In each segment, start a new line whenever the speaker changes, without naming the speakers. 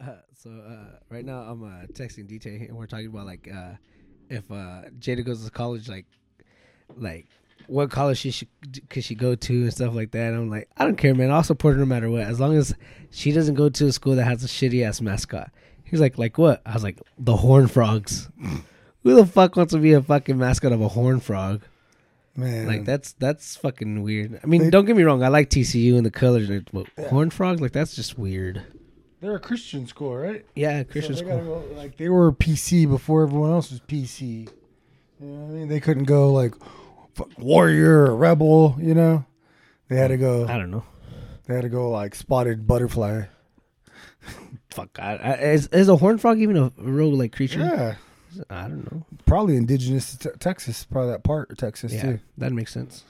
so uh, right now I'm uh, texting DT and we're talking about like uh, if uh, Jada goes to college, like like what college she should could she go to and stuff like that. And I'm like, I don't care, man. I'll support her no matter what, as long as she doesn't go to a school that has a shitty ass mascot. He's like, like what? I was like, the Horn Frogs. Who the fuck wants to be a fucking mascot of a horn frog?
Man,
Like that's that's fucking weird. I mean,
They-
don't get me wrong. I like TCU and the colors, and it- but horn frogs like that's just weird.
They're a Christian school, right?
Yeah,
So
Christian
they
school.
gotta go- like they were PC before everyone else was PC. You know what I mean? They couldn't go like f- warrior or rebel. You know, they had to
I
go.
don't know.
They had to go like spotted butterfly.
Fuck. I, I, is is a horn frog even a real like creature?
Yeah,
I don't know.
probably indigenous to te- Texas, probably that part of Texas
Yeah,
too.
that makes sense.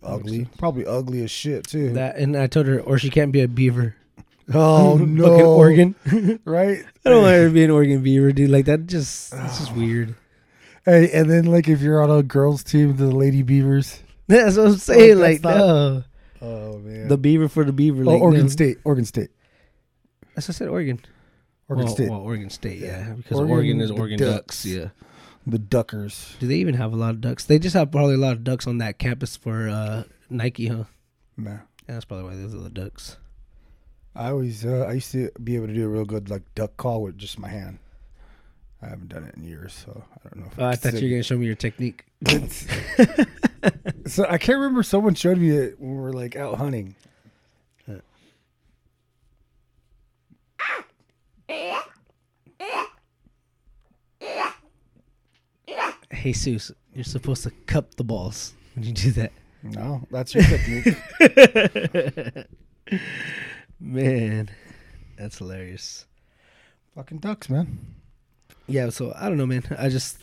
Ugly, probably ugly as shit too.
That and I told her, or she can't be a beaver.
oh no,
Fucking Oregon. I
right?
don't want her to be an Oregon beaver, dude. Like that just it's just weird.
Oh, Hey, and then like if you're on a girls' team, the Lady Beavers.
That's what I'm saying. Like,
Like, that's not-
no,
Oh man,
the beaver for the beaver.
oh,
Like,
Oregon
no.
State, Oregon State,
That's what I said. Oregon.
Oregon
well,
State,
well, Oregon State. Yeah, because Oregon,
Oregon,
is
the
Oregon
Ducks.
ducks. Yeah.
the Duckers.
Do they even have a lot of ducks? They just have probably a lot of ducks on that campus for uh, Nike, huh?
Nah.
Yeah, that's probably why those are the ducks.
I always uh, I used to be able to do a real good like duck call with just my hand. I haven't done it in years, so I don't know. If
Oh, I thought you were gonna show me your technique.
So I can't remember. Someone showed me it when we were like out hunting.
Jesus, you're supposed to cup the balls when you do that.
No, that's your technique.
Man, that's hilarious.
Fucking ducks, man.
Yeah, so I don't know, man. I just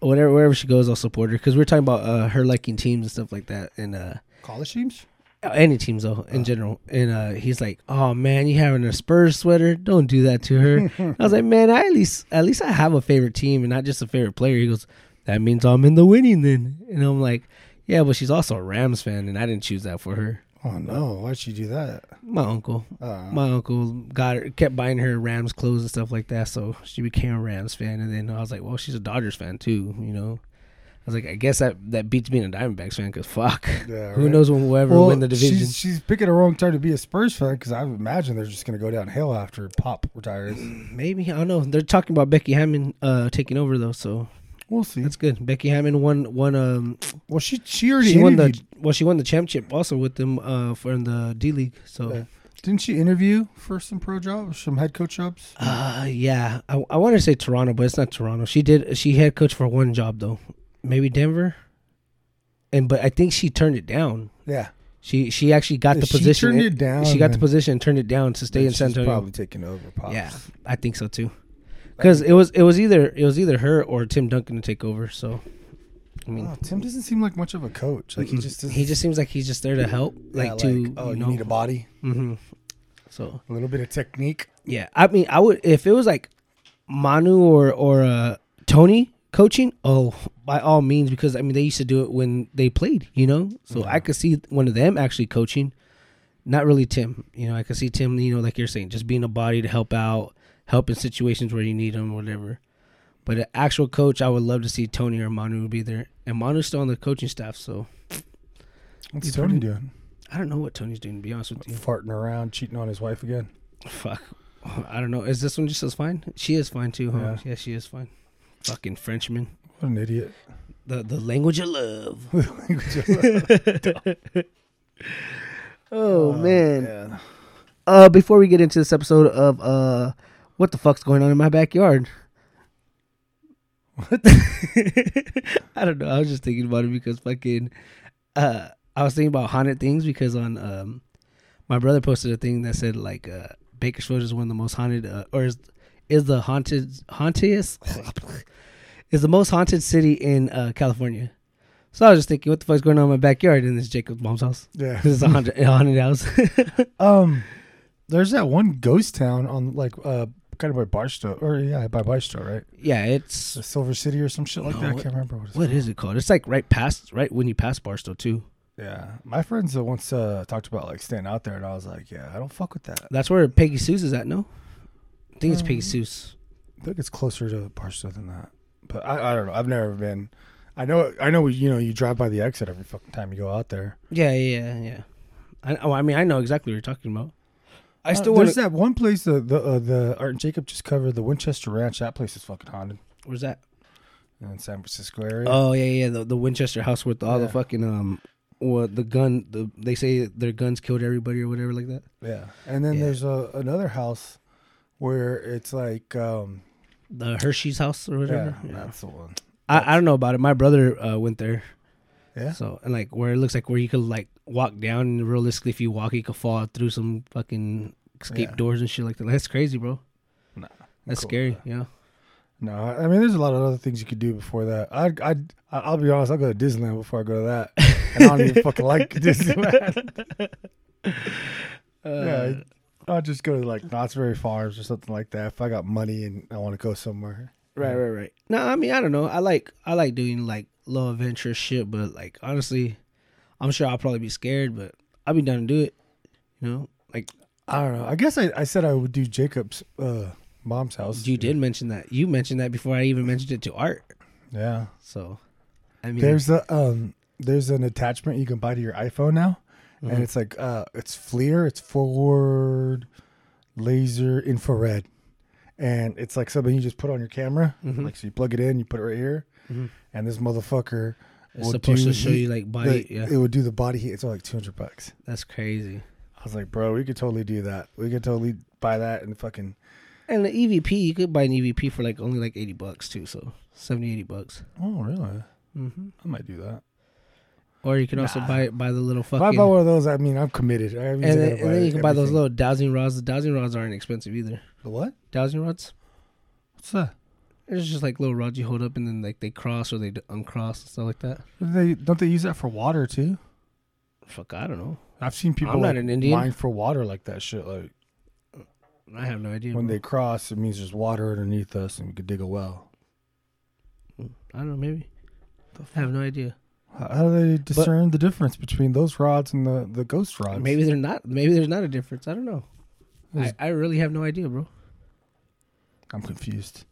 whatever wherever she goes, I'll support her because we're talking about uh, her liking teams and stuff like that, and uh,
College teams.
any teams though in general. And uh, he's like, "Oh man, you having a Spurs sweater? Don't do that to her." I was like, "Man, I at least at least I have a favorite team and not just a favorite player." He goes, "That means I'm in the winning then." And I'm like, "Yeah, but she's also a Rams fan, and I didn't choose that for her."
Oh no, why'd you do that?
My uncle,
Uh,
my uncle got her, kept buying her Rams clothes and stuff like that, so she became a Rams fan. And then I was like, "Well, she's a Dodgers fan too," you know. I was like, "I guess that that beats being a Diamondbacks fan because fuck,
Yeah,
who
right.
knows when we'll ever
well,
win the division."
She's, she's picking the wrong time to be a Spurs fan because I would imagine they're just gonna go downhill after Pop retires.
Maybe I don't know. They're talking about Becky Hammond uh, taking over though, so
We'll see.
that's good. Becky Hammond won won um
well, she she already
she won
interviewed.
the well she won the championship also with them uh for in the D League. So
Didn't she interview for some pro jobs, some head coach jobs?
uh yeah, I, I want to say Toronto, but it's not Toronto. She did she head coach for one job though, maybe Denver, and but I think she turned it down.
Yeah,
She she actually got
If
the
she
position.
turned it down,
She got the
then-
position and turned it down to stay in San
she's
Antonio.
probably taking over. Pops.
Yeah, I think so too. Because it was it was either it was either her or Tim Duncan to take over. So, I mean,
Oh, Tim doesn't seem like much of a coach. Like he just doesn't,
he just seems like he's just there to help,
yeah,
like to
oh,
you
you,
know.
need a body,
hmm So
a little bit of technique.
yeah, I mean, I would if it was like Manu or or uh, Tony coaching. Oh, by all means, because I mean they used to do it when they played, you know. So I could see one of them actually coaching, not really Tim. You know, I could see Tim. You know, like you're saying, just being a body to help out, help in situations where you need him, whatever. But an actual coach, I would love to see Tony or Manu be there, and Manu's still on the coaching staff, so
What's Tony doing?
I don't know what Tony's doing. To be honest with you.
Farting around, cheating on his wife again.
Fuck. I don't know. Is this one just as fine? She is fine too, huh? Yeah,
Yeah.
she is fine. Fucking Frenchman.
What an idiot!
The the language of love. oh, man. Uh before we get into this episode of uh what the fuck's going on in my backyard? What? I don't know. I was just thinking about it because fucking uh I was thinking about haunted things because on um my brother posted a thing that said like uh Bakersfield is one of the most haunted uh, or is is the haunted hauntiest is the most haunted city in uh California. So I was just thinking, what the fuck's going on in my backyard? And it's Jacob's mom's house.
Yeah.
This is a haunted, a haunted house.
Um, there's that one ghost town on like uh kind of by Barstow, or yeah, by Barstow, right?
yeah, it's
The Silver City or some shit like
No,
that. I
what-
can't remember what it's.
What is it called? It's like right past, right when you pass Barstow too.
Yeah, my friends uh, once uh, talked about like staying out there, and I was like, yeah, I don't fuck with that.
That's where Peggy Sue's is at. No, I think it's Pegasus.
I think it's closer to Barstow than that, but I, I don't know. I've never been. I know I know you know you drive by the exit every fucking time you go out there.
Yeah, yeah, yeah. I, oh, I mean, I know exactly what you're talking about. I still
uh,
want.
there's that one place the the uh, the Art and Jacob just covered the Winchester Ranch. That place is fucking haunted
Where's that?
in San Francisco area.
Oh yeah, yeah. The, the Winchester house with all the
Yeah.
fucking um, what the gun? The they say their guns killed everybody or whatever like that.
yeah, and then
Yeah.
there's a, another house where it's like um,
The Hershey's house or
yeah,
whatever. Yeah.
that's the one.
I, I don't know about it. My brother uh, went there.
Yeah,
So and like where it looks like where you could like walk down and realistically if you walk you could fall through some fucking escape
Yeah.
doors and shit like that. That's crazy, bro.
Nah,
That's
cool.
scary. Yeah.
No, I I mean, there's a lot of other things you could do before that. I, I, I'll be honest. I'll go to Disneyland before I go to that, and I don't even fucking like Disneyland. yeah, I'll just go to like Knott's Berry Farms or something like that if I got money and I want to go somewhere.
Right, right, right. No, I mean I don't know. I like I like doing like low adventure shit, but like honestly, I'm sure I'll probably be scared, but I'll be down to do it. You know, like
I don't know. I guess I, I said I would do Jacob's uh, mom's house.
you did mention that. You mentioned that before I even mentioned it to Art.
Yeah.
So, I mean,
There's a um, there's an attachment you can buy to your iPhone now,
Mm-hmm.
and it's like uh, it's FLIR, it's forward laser infrared, and it's like something you just put on your camera.
Mm-hmm.
Like so, you plug it in, you put it right here, and this motherfucker
It's
will
supposed
do
to show
heat-
you, like, body-
the-
yeah.
it would do the body heat. It's only like two hundred bucks.
that's crazy.
I was like, bro, we could totally do that. We could totally buy that and fucking
And the EVP, you could buy an EVP for like only like 80 bucks too, so 70 80 bucks.
oh really?
hmm
I might do that.
Or you can also buy it by the little
If I
fucking
buy one of those, I mean, I'm committed. I
and, then, and then you can buy those little dowsing rods. The dowsing rods aren't expensive either.
what?
Dowsing rods?
What's that?
It's just like little rods you hold up and then like they cross or they d- uncross and stuff like that.
They don't they use that for water too?
Fuck, I don't know.
I've seen people
I'm not
like,
an Indian.
mine for water like that shit. Like
I have no idea.
when
bro.
they cross, it means there's water underneath us, and we could dig a well.
I don't know, maybe. I have no idea.
How how do they discern the difference between those rods and the, the ghost rods?
Maybe they're not. Maybe there's not a difference. I don't know. I, I really have no idea, bro.
I'm confused.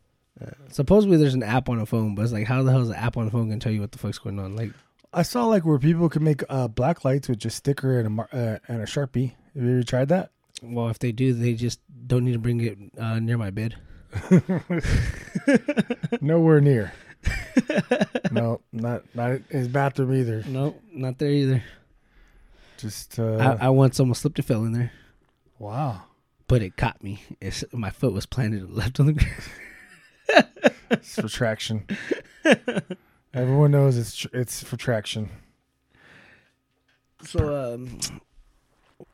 Supposedly there's an app on a phone, but it's like, how the hell is an app on a phone gonna tell you what the fuck's going on? Like,
I saw like where people could make uh, black lights with just sticker and a mar- uh, and a sharpie. Have you ever tried that?
well, if they do, they just don't need to bring it uh, near my bed.
Nowhere near. no, not not in his bathroom either.
No, not there either.
Just uh,
I, I once almost slipped a fell in there,
wow.
but it caught me. It's, my foot was planted and left on the ground.
It's for traction. Everyone knows it's tr- it's for traction.
So, um,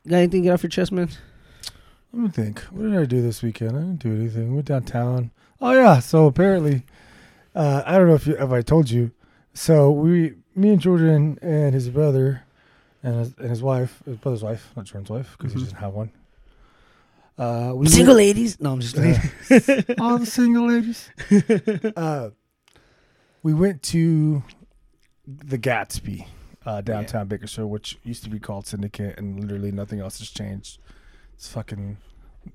got anything to get off your chest, man?
Let me think. What did I do this weekend? I didn't do anything. Went downtown. Oh yeah. So apparently, uh, I don't know if you, if I told you. So we, me and Jordan and his brother, and his, and his wife, his brother's wife, not Jordan's wife, because he doesn't have one. Uh, we
Single ladies? No, I'm just kidding.
went- all the single ladies. uh, we went to the Gatsby uh, downtown Bakersfield, which used to be called Syndicate, and literally nothing else has changed. It's fucking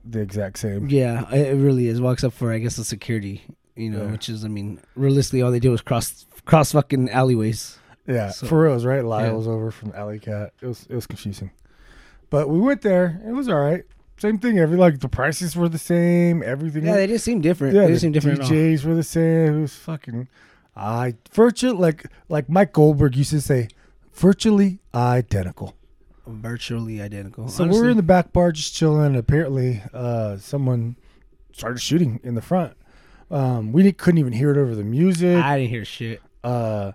the exact same.
yeah, it it really is. Well, except for I guess the security, you know,
Yeah.
which is, I mean, realistically, all they did was cross cross fucking alleyways.
Yeah,
So-
for reals, right? Lyle
Yeah.
was over from Alley Cat. It was it was confusing, but we went there. It was all right. Same thing. Every like the prices were the same. Everything.
Yeah, they just seem different. they
the
just seem different. at all.
DJs were the same. It was fucking. I virtually like like Mike Goldberg used to say, virtually identical.
virtually identical.
So we were in the back bar just chilling. And apparently, uh, someone started shooting in the front. Um, we didn't, couldn't even hear it over the music.
I didn't hear shit.
uh,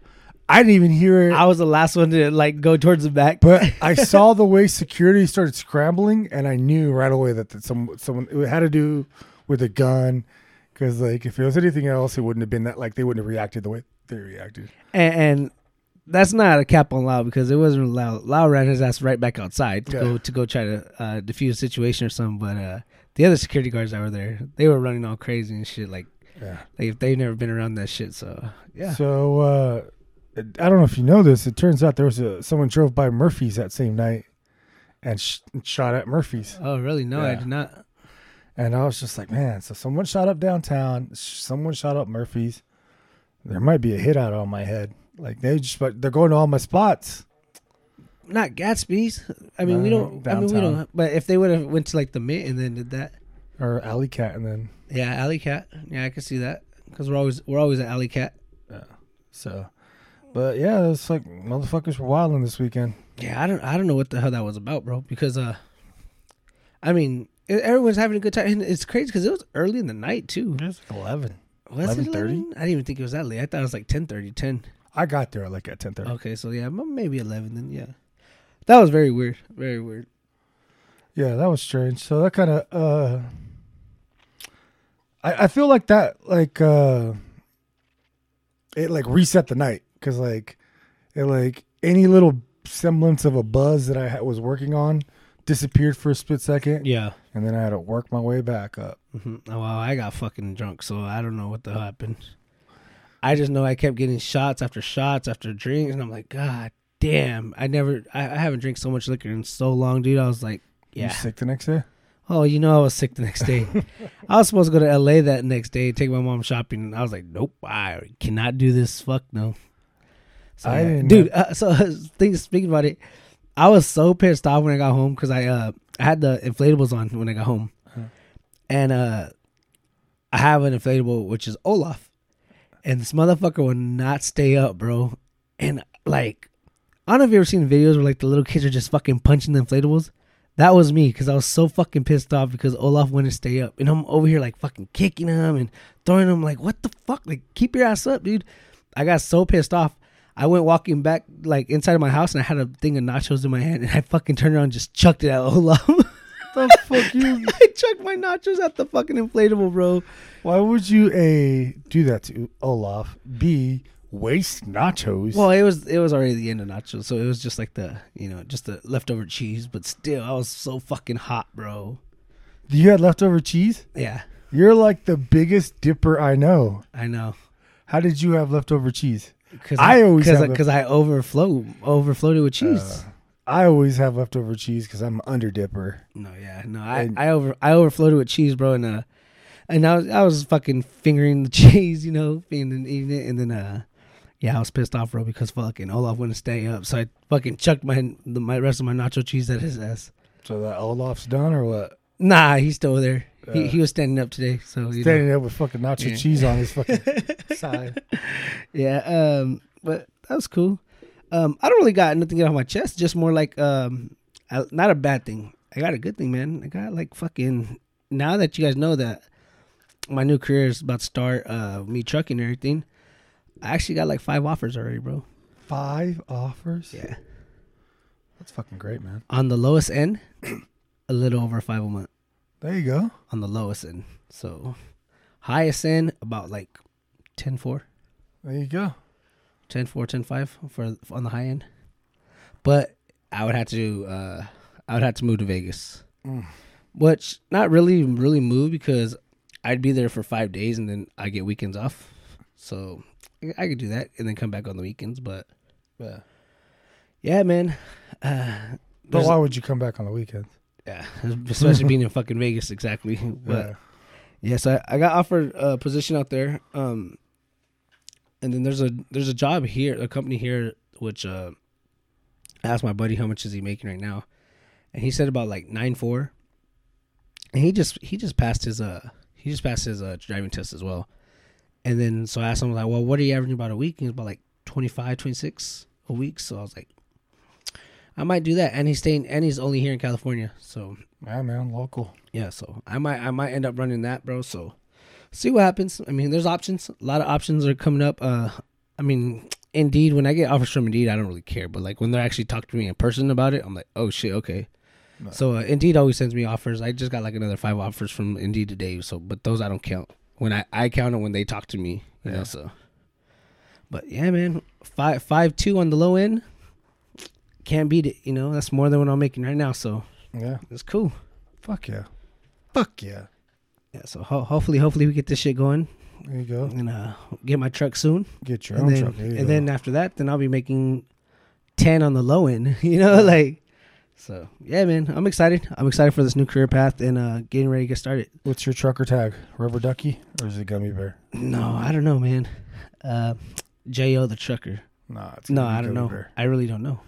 I didn't even hear it.
I was the last one to like go towards the back.
But I saw the way security started scrambling, and I knew right away that, that some someone it had to do with a gun, because like if it was anything else, it wouldn't have been that. Like they wouldn't have reacted the way they reacted.
and, and that's not a cap on Lau because it wasn't Lau. Lau ran his ass right back outside to
Yeah.
go to go try to uh, defuse the situation or something. But uh, the other security guards that were there, they were running all crazy and shit. Like,
Yeah.
like if they've never been around that shit, so yeah.
So uh, I don't know if you know this. It turns out there was a someone drove by Murphy's that same night, and sh- shot at Murphy's.
oh really? No, I
Yeah.
did not.
And I was just like, man, so someone shot up downtown. Someone shot up Murphy's. There might be a hit out on my head. Like they just, but they're going to all my spots.
Not Gatsby's. I mean, we
No,
don't. I mean, we
downtown.
don't. But if they would have went to like the Mint and then did that,
Or Alley Cat, and then
yeah, Alley Cat. Yeah, I could see that because we're always we're always an Alley Cat.
so. But yeah, it's like motherfuckers were wilding this weekend.
Yeah, I don't I don't know what the hell that was about, bro. Because uh, I mean, e- everyone's having a good time, and it's crazy because it was early in the night too.
It was like eleven.
Was it 11?
11:30?
I didn't even think it was that late. I thought it was like 10.30, 10.
I got there like at ten thirty.
Okay, so yeah, m- maybe 11 then, yeah. That was very weird. Very weird.
Yeah, that was strange. So that kind of uh I I feel like that like uh it like reset the night cuz like it like any little semblance of a buzz that I ha- was working on disappeared for a split second
Yeah.
and then I had to work my way back up.
hmm Oh, wow, I got fucking drunk, so I don't know what the hell happened. I just know I kept getting shots after shots after drinks, and I'm like, God damn. I never, I, I haven't drank so much liquor in so long, dude. I was like,
You
yeah.
sick the next day?
Oh, you know, I was sick the next day. I was supposed to go to LA that next day, take my mom shopping. And I was like, nope, I cannot do this. Fuck no. So,
I
yeah.
didn't
dude. Uh, so, think, speaking about it, I was so pissed off when I got home because I uh I had the inflatables on when I got home,
Uh-huh.
and uh I have an inflatable which is Olaf, and this motherfucker will not stay up, bro. And like, I don't know if you ever seen videos where like the little kids are just fucking punching the inflatables. That was me because I was so fucking pissed off because Olaf wouldn't stay up, and I'm over here like fucking kicking him and throwing him like, what the fuck? Like, keep your ass up, dude. I got so pissed off. I went walking back like inside of my house, and I had a thing of nachos in my hand, and I fucking turned around and just chucked it at Olaf.
the fuck you
I chucked my nachos at the fucking inflatable, bro.
Why would you a do that to Olaf? B waste nachos.
Well, it was it was already the end of nachos, so it was just like the you know just the leftover cheese. But still, I was so fucking hot, bro.
you had leftover cheese?
Yeah,
You're like the biggest dipper I know.
I know.
How did you have leftover cheese?
Cause
I always
because
have a- Uh,
because I overflow overflowed it with cheese.
I always have leftover cheese because I'm an under dipper.
no, yeah, no, I,
and-
I over I overflowed it with cheese, bro, and uh, and I was I was fucking fingering the cheese, you know, and then eating it, and then uh, yeah, I was pissed off, bro, because fucking Olaf wouldn't stay up, so I fucking chucked my the my rest of my nacho cheese at his ass.
So that Olaf's done or what?
Nah, he's still there. he, he was standing up today, so you know.
Uh, Standing there with fucking nacho
Yeah.
cheese on his fucking side.
Yeah, um, but that was cool. Um, I don't really got nothing off my chest. Just more like um, I, not a bad thing. I got a good thing, man. I got like fucking. Now that you guys know that my new career is about to start, uh, me trucking and everything. I actually got like five offers already, bro.
Five offers?
Yeah,
That's fucking great, man.
on the lowest end, a little over five a month
There you go.
on the lowest end. So highest end about like 10 4.
There you go.
10 4 10 5 for on the high end but i would have to uh i would have to move to vegas
Mm.
which not really really move because i'd be there for five days and then i get weekends off so I- i could do that and then come back on the weekends but
Yeah.
yeah man uh
But
there's-
why would you come back on the weekends?
yeah especially being in fucking vegas exactly but
Yeah.
yeah, so I, I got offered a position out there, um, and then there's a there's a job here, a company here, which uh, I asked my buddy how much is he making right now, and he said about like nine four, and he just he just passed his uh he just passed his uh, driving test as well, and then so I asked him like, well, what are you averaging about a week? And he's about like 25, 26 a week, so I was like, I might do that, and he's staying, and he's only here in California, so
yeah, man, local.
yeah, so I might I might end up running that, bro. So see what happens. I mean, there's options. A lot of options are coming up. Uh I mean, Indeed, when I get offers from Indeed, I don't really care, but like when they're actually talking to me in person about it, I'm like, "Oh shit, okay." So uh, Indeed always sends me offers. I just got like another 5 offers from Indeed today, so but those I don't count. When I I count them when they talk to me, you know, so but yeah, man, five five two on the low end can't beat it. You know, that's more than what I'm making right now, so
Yeah.
it's cool.
Fuck yeah. Fuck yeah.
Yeah, so ho- hopefully, hopefully we get this shit going
There you go.
and uh, get my truck soon.
Get your
And
own
then,
truck. There you
and
go.
then after that, then I'll be making ten on the low end. You know, like So yeah, man, I'm excited. I'm excited for this new career path and uh, getting ready to get started.
What's your trucker tag? Rubber ducky or is it gummy bear?
No, I don't know, man. Uh, Jo the trucker.
Nah, it's
No,
gonna
I
be
don't
gummy
know.
Bear.
I really don't know.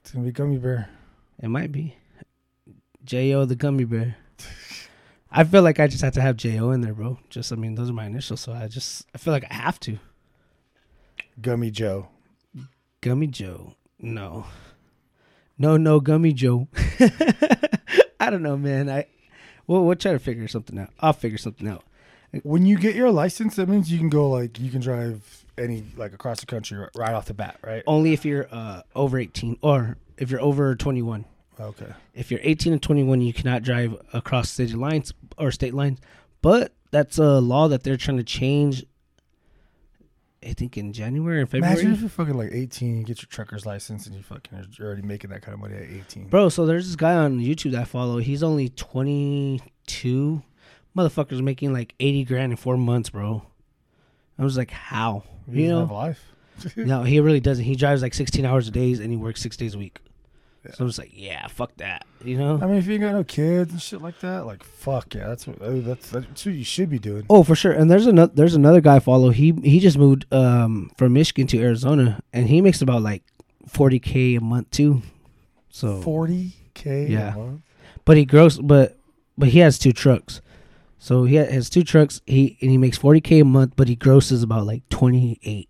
It's gonna be gummy bear.
It might be Jo the gummy bear. I feel like I just have to have Jo in there, bro. Just I mean, those are my initials, so I just I feel like I have to.
Gummy Joe.
Gummy Joe. No. No, no, Gummy Joe. I don't know, man. I we'll, we'll try to figure something out. I'll figure something out.
When you get your license, that means you can go like you can drive any like across the country ri- right off the bat, right?
Only if you're uh, over 18 or if you're over 21.
Okay.
If you're 18 and 21, you cannot drive across city lines or state lines. But that's a law that they're trying to change. I think in January or February.
Imagine if you're fucking like 18, you get your trucker's license, and you fucking you're already making that kind of money at 18.
Bro, so there's this guy on YouTube that I follow. He's only 22. Motherfucker's making like 80 grand in four months, bro. I was like, how?
you
You
have
know?
a life.
No, he really doesn't. He drives like 16 hours a day and he works six days a week.
Yeah.
So I'm just like, yeah, fuck that. You
I
know?
mean, if you ain't got no kids and shit like that, like fuck yeah, that's what that's that's what you should be doing.
Oh, for sure. And there's another there's another guy I follow. He he just moved um from Michigan to Arizona and he makes about like 40k a month too. So
40k.
Oh. Yeah.
A month?
but he gross but but he has two trucks so he ha- has two trucks he and he makes 40k a month but he grosses about like 28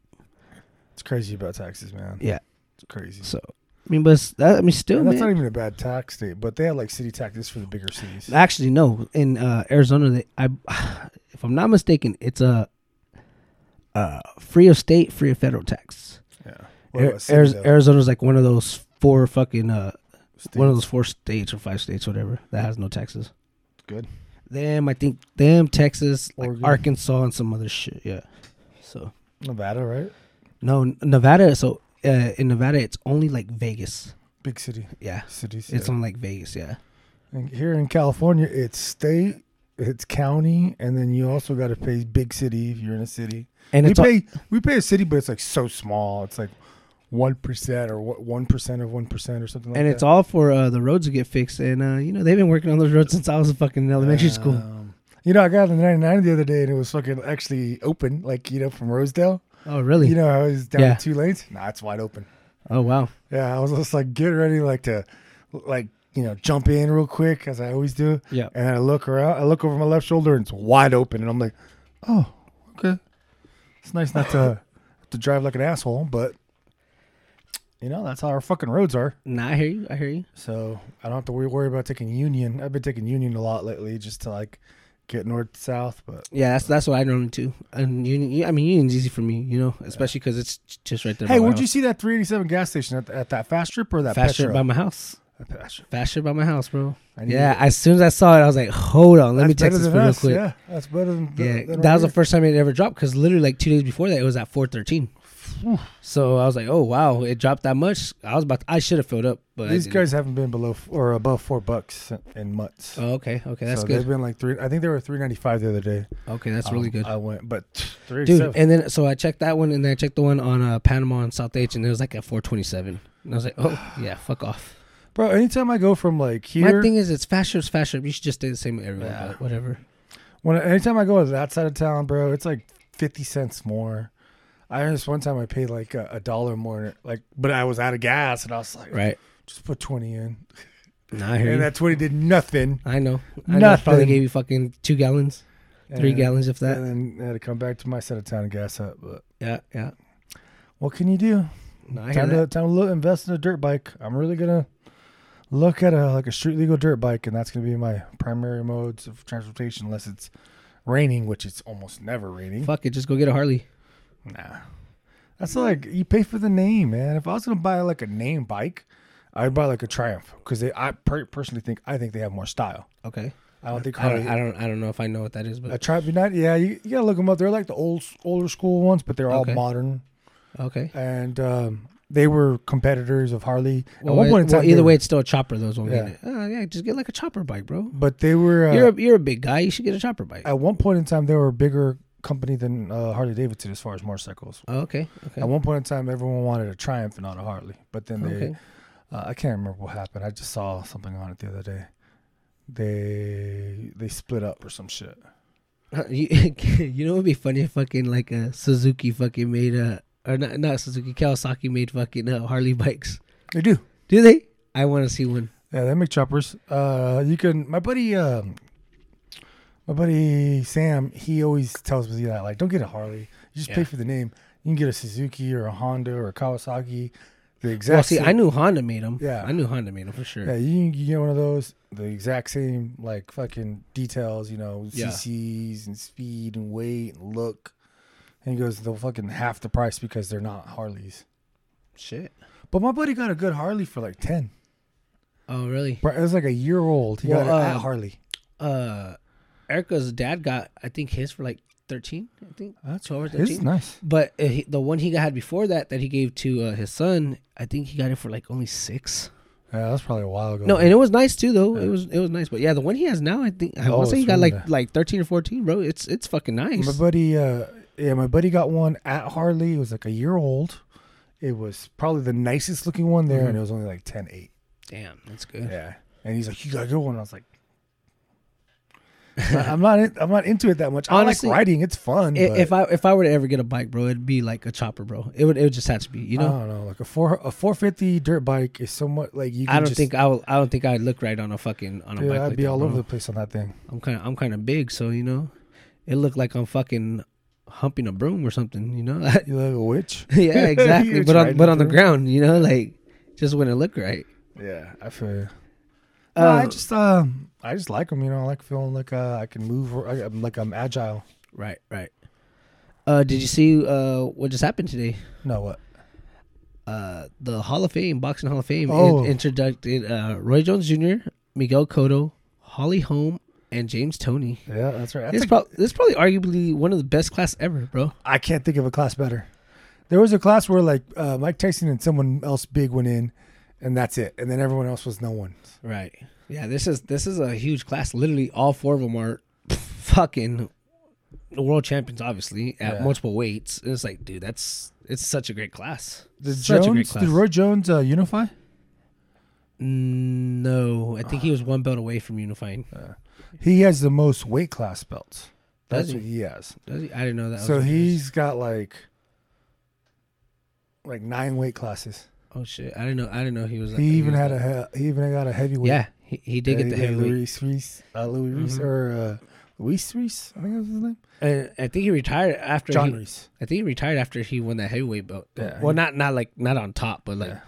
It's crazy about taxes, man.
Yeah.
It's crazy.
so i mean but it's- that, i mean still
And that's
man.
not even a bad tax state, but they have like city taxes for the bigger cities.
actually no in uh arizona they i if i'm not mistaken it's a uh free of state free of federal tax
yeah. What
Ar-
about city,
Ari-
though?
arizona's like one of those four fucking uh one of
States.
those four states or five states whatever that has no taxes
Good.
them i think them texas like
Oregon.
arkansas and some other shit yeah so
Nevada, right?
No, N- Nevada. So uh, in Nevada, it's only like Vegas.
Big city.
Yeah,
Cities.
it's
yeah.
only like Vegas. Yeah,
And here in California, it's state, it's county, and then you also got to pay big city if you're in a city.
and
we
it's all-
pay we pay a city, but it's like so small. It's like one percent or what one percent of one percent or something. like
and
that.
it's all for uh, the roads to get fixed. And uh, you know they've been working on those roads since I was in fucking elementary school.
Um, You know, I got on the 99 the other day, and it was fucking actually open, like you know, from Rosedale.
Oh really?
You know, I was down
Yeah.
two lanes. Nah, it's wide open.
oh wow.
Yeah, I was just like get ready, like to, like you know, jump in real quick as I always do.
Yeah.
And I look around, I look over my left shoulder, and it's wide open. And I'm like, oh, okay. It's nice not to to drive like an asshole, but you know that's how our fucking roads are.
Nah, I hear you. I hear you.
So I don't have to wor- worry about taking Union. I've been taking Union a lot lately, just to like get north south. But
Yeah, that's that's what I normally do. And Union, you- I mean Union's easy for me, you know, especially because it's j- just right there.
hey,
by my
where'd you
house.
see that 387 gas station at, at that fast trip or that
fast
Petro?
trip by my house?
At Fast Trip.
Fast trip by my house, bro.
I need
Yeah,
it.
as soon as I saw it, I was like, hold on, let me
That's
text
better
this
than
for real
us,
quick.
Yeah, that's better than.
Yeah,
than
that
right
was the
here.
first time it ever dropped because literally like two days before that it was at four thirteen. So I was like, oh wow, it dropped that much. I was about, to, I should have filled up, but I
These
didn't.
guys haven't been below f- or above four bucks in months.
Oh, okay, okay, that's
so They've
good.
been like three. I think they were three ninety five the other day.
Okay, that's really
Um,
good,
I went, but three
dude.
seven.
And then so I checked that one, and then I checked the one on uh, Panama and South H, and it was like at four twenty seven. And I was like, oh yeah, fuck off.
bro. Anytime I go from like here,
My thing is, it's faster, it's faster. You should just stay the same everywhere,
Yeah.
but whatever.
when anytime I go to that side of town, bro, it's like fifty cents more. I just one time I paid like a, a dollar more, like, but I was out of gas, and I was like,
Right?
just put twenty in,
Nah, I hear
and
you.
that twenty did nothing.
I know. I know. I probably
Nothing.
gave you fucking two gallons, three
And-
gallons, if that.
and then I had to come back to my side of town and gas up. But
Yeah, yeah.
what can you do?
Nah, I hear
time
that.
to time to look, invest in a dirt bike. I'm really gonna look at a like a street legal dirt bike, and that's gonna be my primary modes of transportation, unless it's raining, which it's almost never raining.
Fuck it, just go get a Harley.
Nah, that's like you pay for the name, man. If I was gonna buy like a name bike, I'd buy like a Triumph because they. I per- personally think I think they have more style.
Okay.
I don't think
I
Harley.
don't, I don't I don't know if I know what that is,
a
but
Triumph United, yeah, you, you gotta look them up. They're like the old, older school ones, but they're
Okay.
all modern,
okay.
and um, they were competitors of Harley. At
Well,
one point in
well,
time, they
either
were-
way, it's still a chopper. Those one.
Yeah.
Yeah. Oh, yeah, just get like a chopper bike, bro.
but they were uh,
you're a, you're a big guy. You should get a chopper bike.
at one point in time they were a bigger company than uh, Harley Davidson as far as motorcycles.
oh, okay. Okay.
At one point in time, everyone wanted a Triumph and not a Harley, but then they
okay.
Uh, I can't remember what happened. I just saw something on it the other day. They they split up or some shit.
you, you know what would be funny? if Fucking like a Suzuki fucking made a or not not Suzuki Kawasaki made fucking uh, Harley bikes.
They do.
Do they? I want to see one.
Yeah, they make choppers. Uh, you can. My buddy, um, my buddy Sam, he always tells me that like, don't get a Harley. You just pay
Yeah.
for the name. You can get a Suzuki or a Honda or a Kawasaki. The exact.
Well, see,
same,
I knew Honda made them.
Yeah.
I knew Honda made them for sure.
Yeah, you can get one of those. The exact same like fucking details. You know,
Yeah.
CCs and speed and weight and look. And he goes, they'll fucking half the price because they're not Harleys.
Shit.
But my buddy got a good Harley for like ten.
Oh, really?
Bro, It was like a year old. He
Well,
got it at
uh,
Harley.
Uh, Erica's dad got I think his for like thirteen. I think
That's
twelve or
This is
thirteen.
nice.
But uh, he, the one he had before that that he gave to uh, his son, I think he got it for like only six.
Yeah, that's probably a while ago.
No, and it was nice too, though. It was it was nice. But yeah, the one he has now, I think I
Oh,
want to say he
it's
got
really
like
bad.
like thirteen or fourteen, bro. It's it's fucking nice.
My buddy, uh, yeah, my buddy got one at Harley. It was like a year old. It was probably the nicest looking one
Mm-hmm.
there, and it was only like 10 8.
Damn, that's good.
Yeah. And he's like, You got a good one. I was like, I'm not. In, I'm not into it that much.
Honestly,
I like riding. It's fun.
I-
but
If I if I were to ever get a bike, bro, it'd be like a chopper, bro. It would it would just have to be, you
I
know.
don't know, like a four a 450 dirt bike is somewhat like you. Can
I don't
just-
think I will, I don't think I'd look right on a fucking on a
Yeah,
bike.
I'd
like
be
that,
all
bro.
over the place on that thing.
I'm kind of I'm kind of big, so you know, it looked like I'm fucking humping a broom or something, you know.
You like a witch?
yeah, exactly.
You're
but on
riding
but on the
through.
ground, you know, like just wouldn't look right.
Yeah, I feel you. No, I
Um,
just um, I just like them. You know, I like feeling like uh, I can move. Or I, am like I'm agile.
Right, right. Uh, did you see uh what just happened today?
No, what?
Uh, the Hall of Fame, Boxing Hall of Fame,
Oh.
in- introducted uh, Roy Jones Jr., Miguel Cotto, Holly Holm, and James Tony.
Yeah, that's right. I,
This,
think-
prob- this is probably arguably one of the best class ever, bro.
I can't think of a class better. There was a class where like uh, Mike Tyson and someone else big went in, and that's it. And then everyone else was no one.
Right. Yeah. This is this is a huge class. Literally, all four of them are fucking world champions, obviously at
Yeah.
multiple weights. And it's like, dude, that's it's such a great class.
Did
Such a great
Jones? Did
class.
Roy Jones uh, unify?
Mm, No, I think he was one belt away from unifying.
He has the most weight class belts.
Does
That's
he?
what he has.
Does he? I didn't know that.
So
was-
he's got like like nine weight classes.
Oh shit! I didn't know. I didn't know he was.
He
he
even
was
had
that-
a he, he even got a heavyweight.
Yeah, he, he did
Yeah,
get the
he got
heavyweight.
Luis Reese, uh, Louis Reese,
Mhm.
or uh, Luis Reese, I think that was his name.
And I think he retired after.
John
he,
Reese.
I think he retired after he won that heavyweight belt.
Yeah.
well, not not like not on top, but like.
Yeah.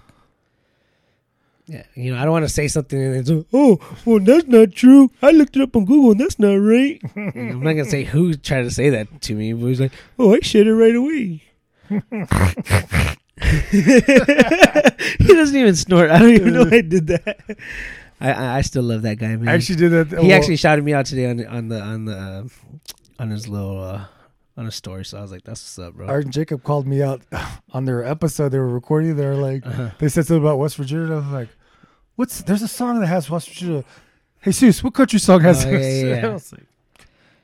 Yeah. you know, I don't want to say something and it's like, oh, well, that's not true. I looked it up on Google and that's not right. And I'm not gonna say who tried to say that to me, but he's like, oh, I shared it right away. he doesn't even snort. I don't even know I did that. I I, I still love that guy, man.
I actually did that.
He
well,
actually shouted me out today on the on the on the uh, on his little uh, on his story. So I was like, "That's what's up, bro."
Art and Jacob called me out on their episode they were recording. They were like,
Uh-huh.
they said something about West Virginia. and I was like, what's there's a song that has West Virginia. Hey, Seuss, what country song has
Oh, yeah,
this?
yeah, yeah.
I was like,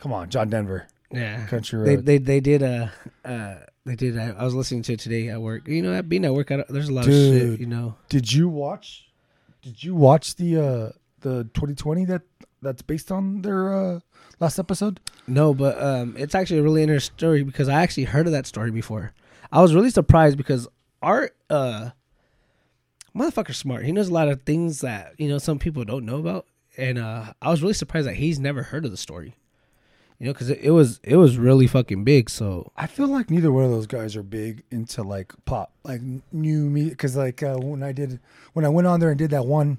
Come on, John Denver,
yeah,
Country
they
Road.
they they did uh uh they did. I, I was listening to it today at work. You know, at being at work, I, don't- there's a lot of
Dude.
shit. You know,
did you watch? Did you watch the uh the 2020 that that's based on their uh last episode?
no, but um, it's actually a really interesting story because I actually heard of that story before. I was really surprised because Art uh motherfucker's smart. He knows a lot of things that you know some people don't know about, and uh, I was really surprised that he's never heard of the story. You know, because it, it was it was really fucking big. So
I feel like neither one of those guys are big into like pop, like n- new music. Because like uh, when I did, when I went on there and did that one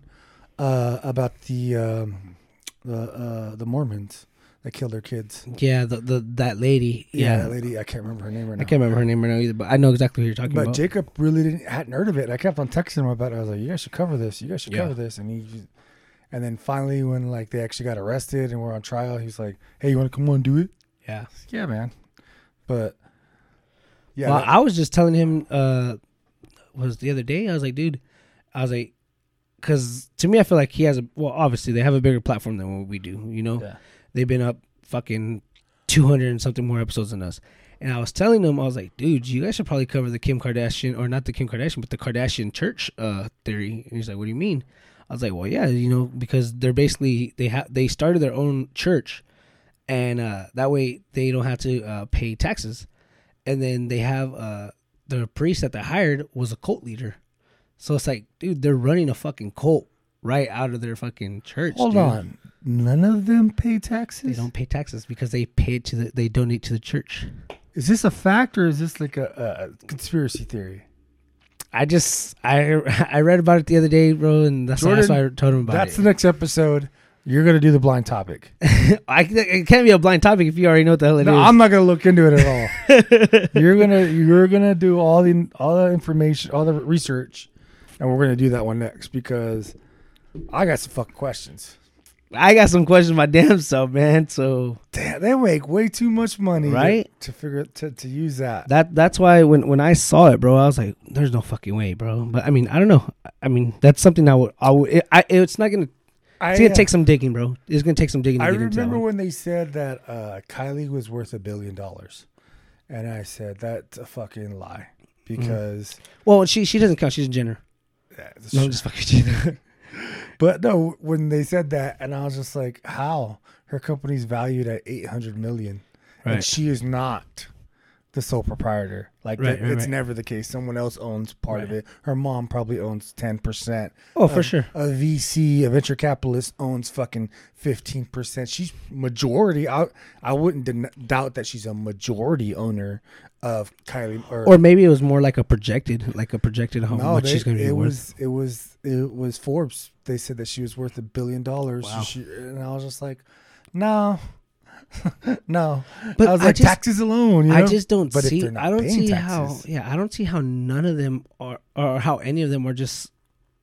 uh, about the um, the uh, the Mormons that killed their kids.
yeah, the, the that lady, yeah,
that lady, I can't remember her name right now.
I can't remember her name right now either, but I know exactly who you're talking
But
about.
Jacob really didn't hadn't heard of it. And I kept on texting him about it. I was like, "You guys should cover this. You guys should
Yeah.
cover this." And he, just- and then finally, when like they actually got arrested and were on trial, he's like, "Hey, you want to come on and do it?"
yeah,
I was like, yeah, man. But yeah,
well,
that-
I was just telling him uh was the other day. I was like, dude, I was like, because to me, I feel like he has a well. Obviously, they have a bigger platform than what we do. You know,
Yeah.
they've been up fucking 200 and something more episodes than us. And I was telling them, I was like, dude, you guys should probably cover the Kim Kardashian, or not the Kim Kardashian, but the Kardashian church uh, theory. And he's like, what do you mean? I was like, well, yeah, you know, because they're basically, they have, they started their own church and uh, that way they don't have to uh, pay taxes. And then they have uh, the priest that they hired was a cult leader. So it's like, dude, they're running a fucking cult right out of their fucking church.
Hold
dude.
on. None of them pay taxes?
They don't pay taxes because they pay to the, they donate to the church.
Is this a fact or is this like a, a conspiracy theory?
I just I I read about it the other day, bro, and that's,
Jordan,
that's why I told him about
That's the
it.
next episode. You're going to do the blind topic.
I, it can't be a blind topic if you already know what the hell it is.
No, I'm not going to look into it at all. you're going to you're going to do all the all the information, all the research, and we're going to do that one next because I got some fucking questions.
I got some questions my damn self, man. So
Damn, they make way too much money
Right?
to figure to to use that.
that that's why when when I saw it, bro, I was like, "There's no fucking way, bro." But I mean, I don't know. I mean, that's something I would. I, would, it, I it's not gonna.
I,
It's gonna
uh,
take some digging, bro. It's gonna take some digging. To
I
get into that
remember
one.
when they said that uh, Kylie was worth a billion dollars, and I said that's a fucking lie
Mm-hmm.
because
Well, she she doesn't count. She's a Jenner.
that's
No, I'm
sh-
just fucking. Jenner.
But no, when they said that, and I was just like, how her company's valued at eight hundred million, and
Right.
she is not the sole proprietor. Like
Right,
that-
right,
it's
right.
never the case. Someone else owns part of it. Her mom probably owns ten percent.
Oh, for sure.
A VC, a venture capitalist, owns fucking fifteen percent. She's majority. I I wouldn't den- doubt that she's a majority owner of Kylie or
Or maybe it was more like a projected, like a projected how
no,
much
they-
she's gonna be
it
worth.
was it was it was Forbes. They said that she was worth a billion dollars.
Wow.
She- and I was just like, no, no.
But
I was
I
like
just-
taxes alone. You know?
I just don't
But if
see.
they're not
I don't
paying
see
taxes-
how. Yeah, I don't see how none of them are, or how any of them are just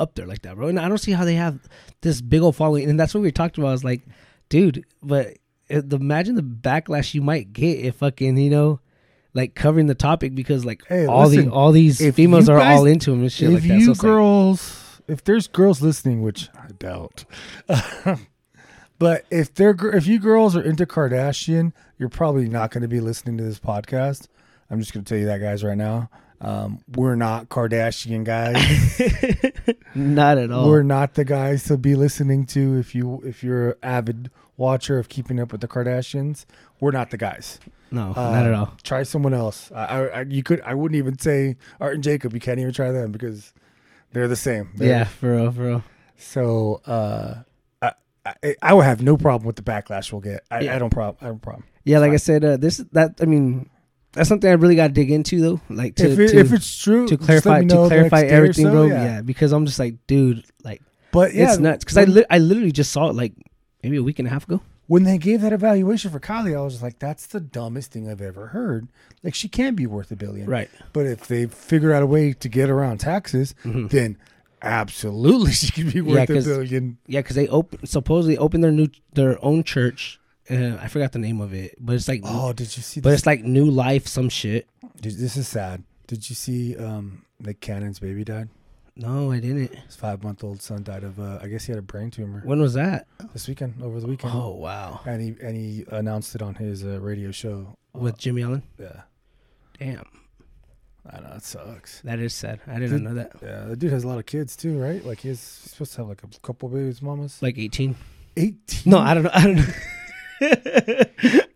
up there like that, bro. And I don't see how they have this big old following. And that's what we talked about. I was like, dude, but it, the, imagine the backlash you might get if fucking you know, like covering the topic because like
Hey,
all
listen,
the all these
if
females
you
are
guys-
all into him and shit
if
like that.
you
So it's like,
girls, if there's girls listening, which I doubt, but if they're gir- if you girls are into Kardashian, you're probably not going to be listening to this podcast. I'm just going to tell you that, guys, right now. Um, we're not Kardashian guys.
not at all.
we're not the guys to be listening to if you if you're an avid watcher of keeping up with the kardashians we're not the guys
no,
Uh,
not at all.
try someone else I, I, I you could i wouldn't even say art and jacob you can't even try them because they're the same They're-
Yeah, for real, for real.
so uh I, I, I would have no problem with the backlash we'll get. I,
Yeah.
I don't problem. I don't problem.
Yeah, like I said, uh, this that I mean, that's something I really got to dig into though. Like to,
if, it,
to
if it's true,
to
just let
clarify
me
to
know the
clarify
next day or
everything,
so,
bro. Yeah. because I'm just like, dude, like
but yeah,
it's nuts. Because I li- I literally just saw it like maybe a week and a half ago.
when they gave that evaluation for Kylie, I was just like, that's the dumbest thing I've ever heard. Like, she can be worth a billion.
Right.
But if they figure out a way to get around taxes, then absolutely she could be worth a
'cause-
billion.
Yeah, because they open supposedly opened their new their own church. Uh, I forgot the name of it, but it's like
Oh, did you see
but
this?
it's like New Life some shit.
Dude, this is sad. Did you see um, Nick Cannon's baby died?
No, I didn't.
His five month old son died of, uh, I guess he had a brain tumor
When was that?
this weekend, over the weekend.
Oh wow,
And he and he announced it on his uh, radio show.
with Jimmy Allen.
Yeah,
Damn,
I know it sucks.
that is sad. I didn't know that.
Yeah, the dude has a lot of kids too, right? Like he's supposed to have like a couple babies, mamas.
Like 18.
Eighteen.
No, I don't know. I don't know.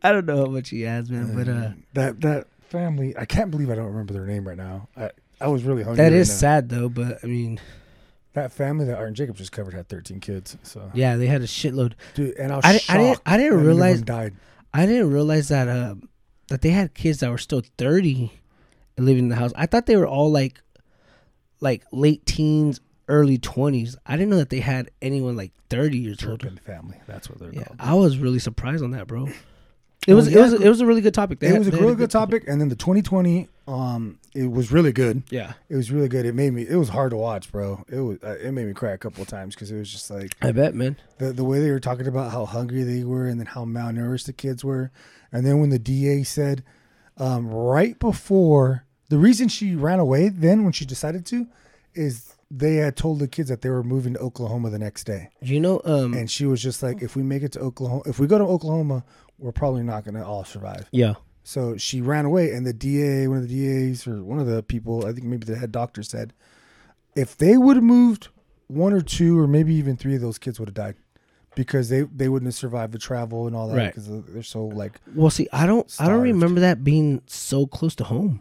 I don't know how much he has, man. But uh,
that that family, I can't believe I don't remember their name right now. I I was really hungry.
that
right
is
now.
sad though. But I mean,
That family that Aaron Jacobs just covered had 13 kids. So
yeah, they had a shitload.
dude, and I was
I, di-
shocked.
I didn't. I
that none
didn't
of
realize.
them died.
I didn't realize that uh, that they had kids that were still thirty and living in the house. I thought they were all like, like late teens, early twenties. I didn't know that they had anyone like thirty years old.
Turpin family. That's what they're
Yeah,
called.
I was really surprised on that, bro. It was.
yeah,
it was. It was a really good topic. They
It
had-
was a
they had
really good topic, and then the 2020, um, it was really good.
Yeah,
It was really good. It made me. It was hard to watch, bro. It was. Uh, it made me cry a couple of times because it was just like
I bet, man.
the the way they were talking about how hungry they were, and then how malnourished the kids were, and then when the DA said, um, right before the reason she ran away, then when she decided to, is they had told the kids that they were moving to Oklahoma the next day.
You know, um,
and she was just like, if we make it to Oklahoma, if we go to Oklahoma, we're probably not going to all survive.
Yeah.
So she ran away, and the DA, one of the DAs or one of the people, I think maybe the head doctor said, if they would have moved one or two or maybe even three of those kids would have died because they they wouldn't have survived the travel and all that
Right.
because they're so like
Well, see, I don't. I don't
Starved.
remember that being so close to home.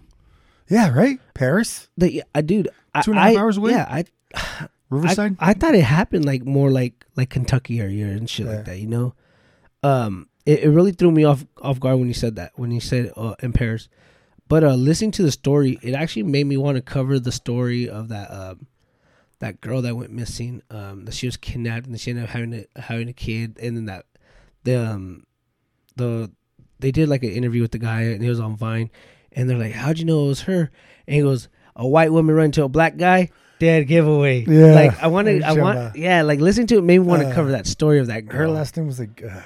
yeah right Paris
That yeah, I dude. I,
Two and a half
I-
hours away?
Yeah, I.
Riverside
I, I thought it happened like more like like Kentucky area and shit
Yeah.
like that. You know, um, it, it really threw me off off guard when you said that when you said uh, in Paris. But uh, listening to the story, it actually made me want to cover the story of that um that girl that went missing. Um, that she was kidnapped and she ended up having a, having a kid, and then that the um, the they did like an interview with the guy and it was on Vine, and they're like, "How'd you know it was her?" And he goes, "A white woman run to a black guy." Dead giveaway.
Yeah.
Like I want to. I
Shut
want.
up.
Yeah. Like listening to it made me want to
Uh,
cover that story of that girl.
her last name was like uh,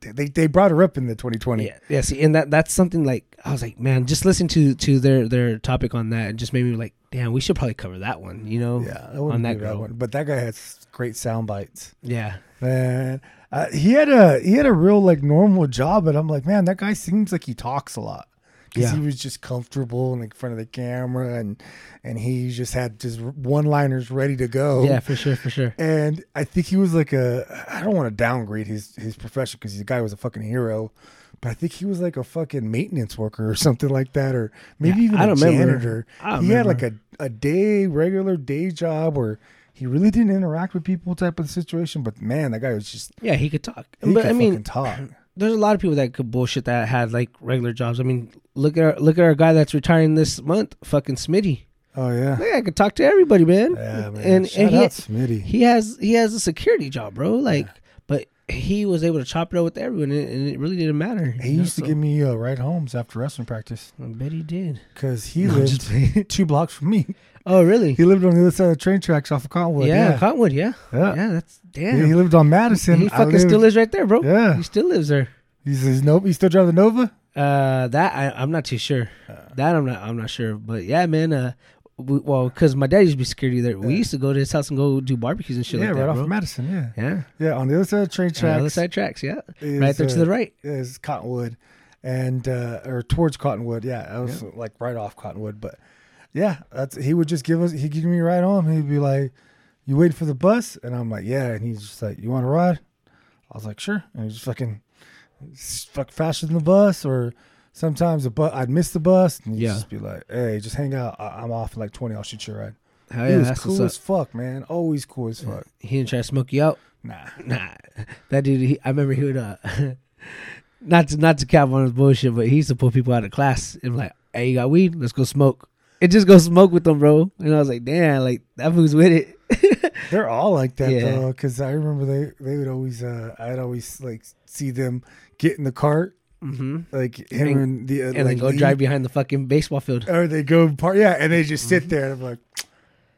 they- they they brought her up in the 2020
Yeah. Yeah. See, and that that's something like I was like, man, just listen to to their their topic on that, and just made me like, damn, we should probably cover that one. You know.
yeah I
On
wouldn't
that
do
girl.
one. but that guy has great sound bites
Yeah.
man uh, he had a he had a real like normal job and I'm like man that guy seems like he talks a lot because
Yeah.
he was just comfortable in like, front of the camera and and he just had just one liners ready to go
Yeah. For sure. For sure.
and I think he was like a I don't want to downgrade his his profession because the guy was a fucking hero, but I think he was like a fucking maintenance worker or something like that, or maybe
Yeah,
even
I
a
don't remember.
janitor.
I don't
he had like a a day regular day job where he really didn't interact with people type of situation. But man, that guy was just
Yeah. He could talk.
he
but
could
I mean,
fucking talk.
there's a lot of people that could bullshit that had like regular jobs. I mean, look at our, look at our guy that's retiring this month, fucking Smitty.
Oh yeah,
Like, I could talk to everybody, man.
yeah man.
And
Shout
and he,
out Smitty.
he has he has a security job, bro. Like, but he was able to chop it up with everyone, and, and it really didn't matter.
He
you know,
used to
so-
give me uh, ride homes after wrestling practice
I bet he did.
because he
No, I'm just
lived two blocks from me.
Oh, really?
He lived on the other side of the train tracks off of Cottonwood.
yeah,
yeah.
Cottonwood. Yeah,
Yeah.
yeah. That's
He,
damn.
he
He,
lived on Madison. I
fucking still
lived-
lives right there, bro.
Yeah.
he still lives there.
He says nope. He still driving the Nova.
Uh, that I, I'm not too sure.
Uh.
that I'm not. I'm not sure. But yeah, man. Uh, we, well, because my dad used to be security there. We used to go to his house and go do barbecues and shit
yeah,
like that,
right off
bro.
of Madison. Yeah,
yeah,
yeah. On the other side of the train
on the
tracks.
other side tracks. Yeah,
is,
right there to
uh,
the right.
Is Cottonwood, and uh, or towards Cottonwood. Yeah, I was like right off Cottonwood, but yeah, that's he would just give us. He'd give me a ride home. He'd be like, "You waiting for the bus?" And I'm like, "Yeah." And he's just like, "You want to ride?" I was like, "Sure." And he just fucking s- fuck faster than the bus or. Sometimes the bus, I'd miss the bus, and he'd
Yeah.
just be like, "Hey, just hang out. I- I'm off in like 20. I'll shoot you a ride."
Hell
He
Oh, yeah,
was
that's what's
cool
up.
as fuck, man. Always cool as fuck.
He didn't try to smoke you out.
Nah.
Nah, that dude. He, I remember he would uh, not to not to cap on his bullshit, but he used to pull people out of class and be like, "Hey, you got weed? Let's go smoke." And just go smoke with them, bro. And I was like, "Damn, like that fool's with it."
They're all like that
Yeah.
though, because I remember they they would always uh I'd always like see them get in the cart,
mm-hmm.
like him
And-
and, the uh,
And
like
then go
leave,
drive behind the fucking baseball field.
or they go part yeah, and they just sit there. and I'm like,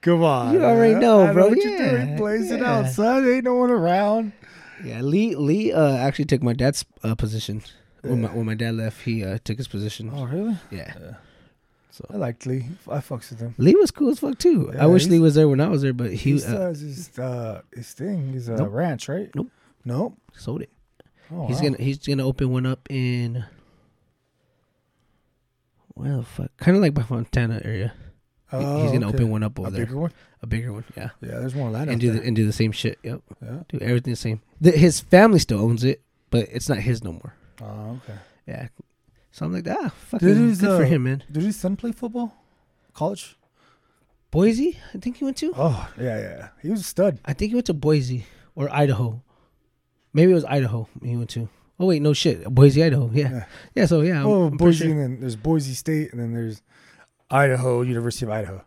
come on,
Mm-hmm. You already
man.
know,
I
bro.
What
Yeah,
you're doing, blaze it
yeah.
out, son. Ain't no one around.
Yeah, Lee Lee uh, actually took my dad's uh, position when my when my dad left. He uh, took his position.
Oh, really?
yeah.
I liked Lee. I fucks with him.
Lee was cool as fuck too.
Yeah,
I wish
he's-
Lee was there when I was there, but
He,
he
still
uh,
has his uh his thing. He's a
Nope.
ranch, right?
Nope.
Nope.
sold it.
Oh,
He's
wow.
gonna he's gonna open one up in where the fuck? Kind of like by Fontana area. He-
Oh,
he's gonna
okay.
open one up over
a
there,
bigger one.
a bigger one, yeah,
Yeah, there's one of that.
and
out
do
there.
the, and do the same shit. Yep,
yeah.
do everything the same. The, his family still owns it, but it's not his no more.
Oh, okay.
Yeah, so I'm like, ah,
Dude,
fucking
he's,
good for
uh,
him, man.
Did his son play football? College?
Boise, I think he went to.
Oh, yeah, yeah. He was a stud.
I think he went to Boise or Idaho. Maybe it was Idaho he went to. Oh wait, no shit, Boise, Idaho. Yeah, yeah.
Yeah.
so yeah, Um, I'm-
oh,
I'm pretty
Boise,
sure-
and then there's Boise State, and then there's Idaho, University of Idaho.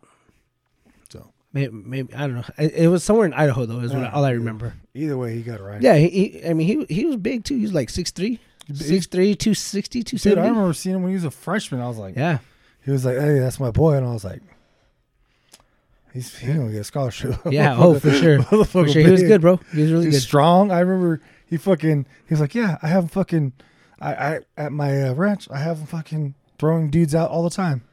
So
Maybe, maybe I don't know. It, it was somewhere in Idaho though. Is what,
Yeah.
all I remember.
either way, he got it right.
Yeah, he, he I mean he he was big too. He was like 6'3", 6'3", 260,
Dude, I
270.
remember seeing him when he was a freshman. I was like,
Yeah.
he was like, hey, that's my boy. And I was like, he's he going to get a scholarship.
Yeah, oh for sure. For
Motherfucker
sure. He was
big.
good, bro. He was really
He's
good.
strong. I remember he fucking, he was like, yeah, I have fucking, I, I at my uh, ranch, I have him fucking throwing dudes out all the time.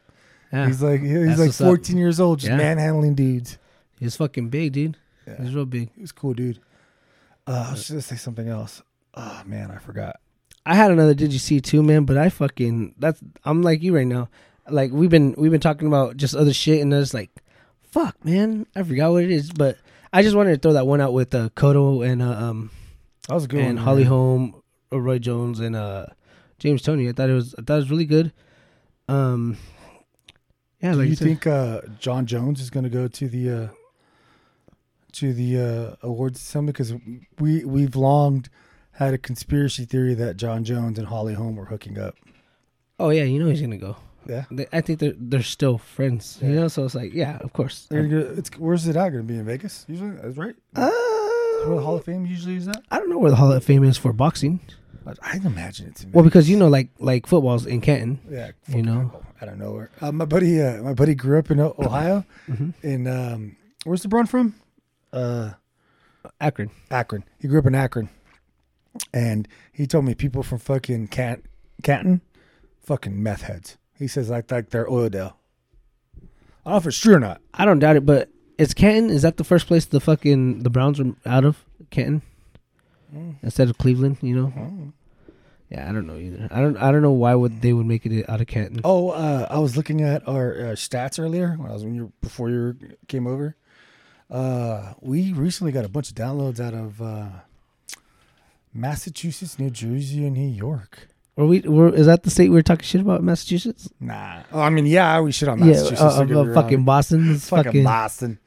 Yeah.
He's like he's
That's
like
what's up.
14 years old, just
Yeah.
manhandling dudes.
He was fucking big, dude.
Yeah.
He was real big.
He was a cool, dude. Uh, I was just gonna say something else. Oh Ah, man, I forgot.
I had another did you see too, man, but I fucking that's I'm like you right now. Like we've been we've been talking about just other shit and it's like fuck, man. I forgot what it is, but I just wanted to throw that one out with uh Kodo and uh, um
That was a good.
and
one,
Holly
man.
Holm, uh, Roy Jones and uh James Tony. I thought it was I thought it was really good. Um yeah,
Do
like
you
you
think uh, John Jones is going to go to the uh, to the uh, awards assembly? Because we we've long had a conspiracy theory that John Jones and Holly Holm were hooking up.
Oh yeah, you know he's gonna go.
Yeah,
They- I think they're they're still friends. You know, so it's like, yeah, of course.
They're gonna go, it's where's it at going to be in Vegas? Usually, that's right.
Uh,
Where the Hall of Fame usually is at.
I don't know where the Hall of Fame is for boxing.
I- I'd imagine it's in
Well,
Vegas.
because you know, like like football's in Canton.
yeah,
you know.
I don't know where. Uh, my buddy, uh, my buddy grew up in O- Ohio,
Mhm.
in um, where's LeBron from? Uh,
Akron.
Akron. He grew up in Akron, and he told me people from fucking Can- Canton, fucking meth heads. He says like like they're Oildale. I don't know if it's true or not.
I don't doubt it, but it's Canton. Is that the first place the fucking the Browns are out of Canton instead of Cleveland? You know. Yeah, I don't know either. I don't. I don't know why would they would make it out of Canton.
Oh, uh, I was looking at our uh, stats earlier when I was when you before you came over. Uh, we recently got a bunch of downloads out of uh, Massachusetts, New Jersey, and New York.
Were we? Were, is that the state we were talking shit about? Massachusetts.
Nah, oh, I mean, yeah, we shit on
Yeah,
Massachusetts.
uh,
don't get
uh,
me wrong.
fucking Boston's
fucking,
fucking.
Boston.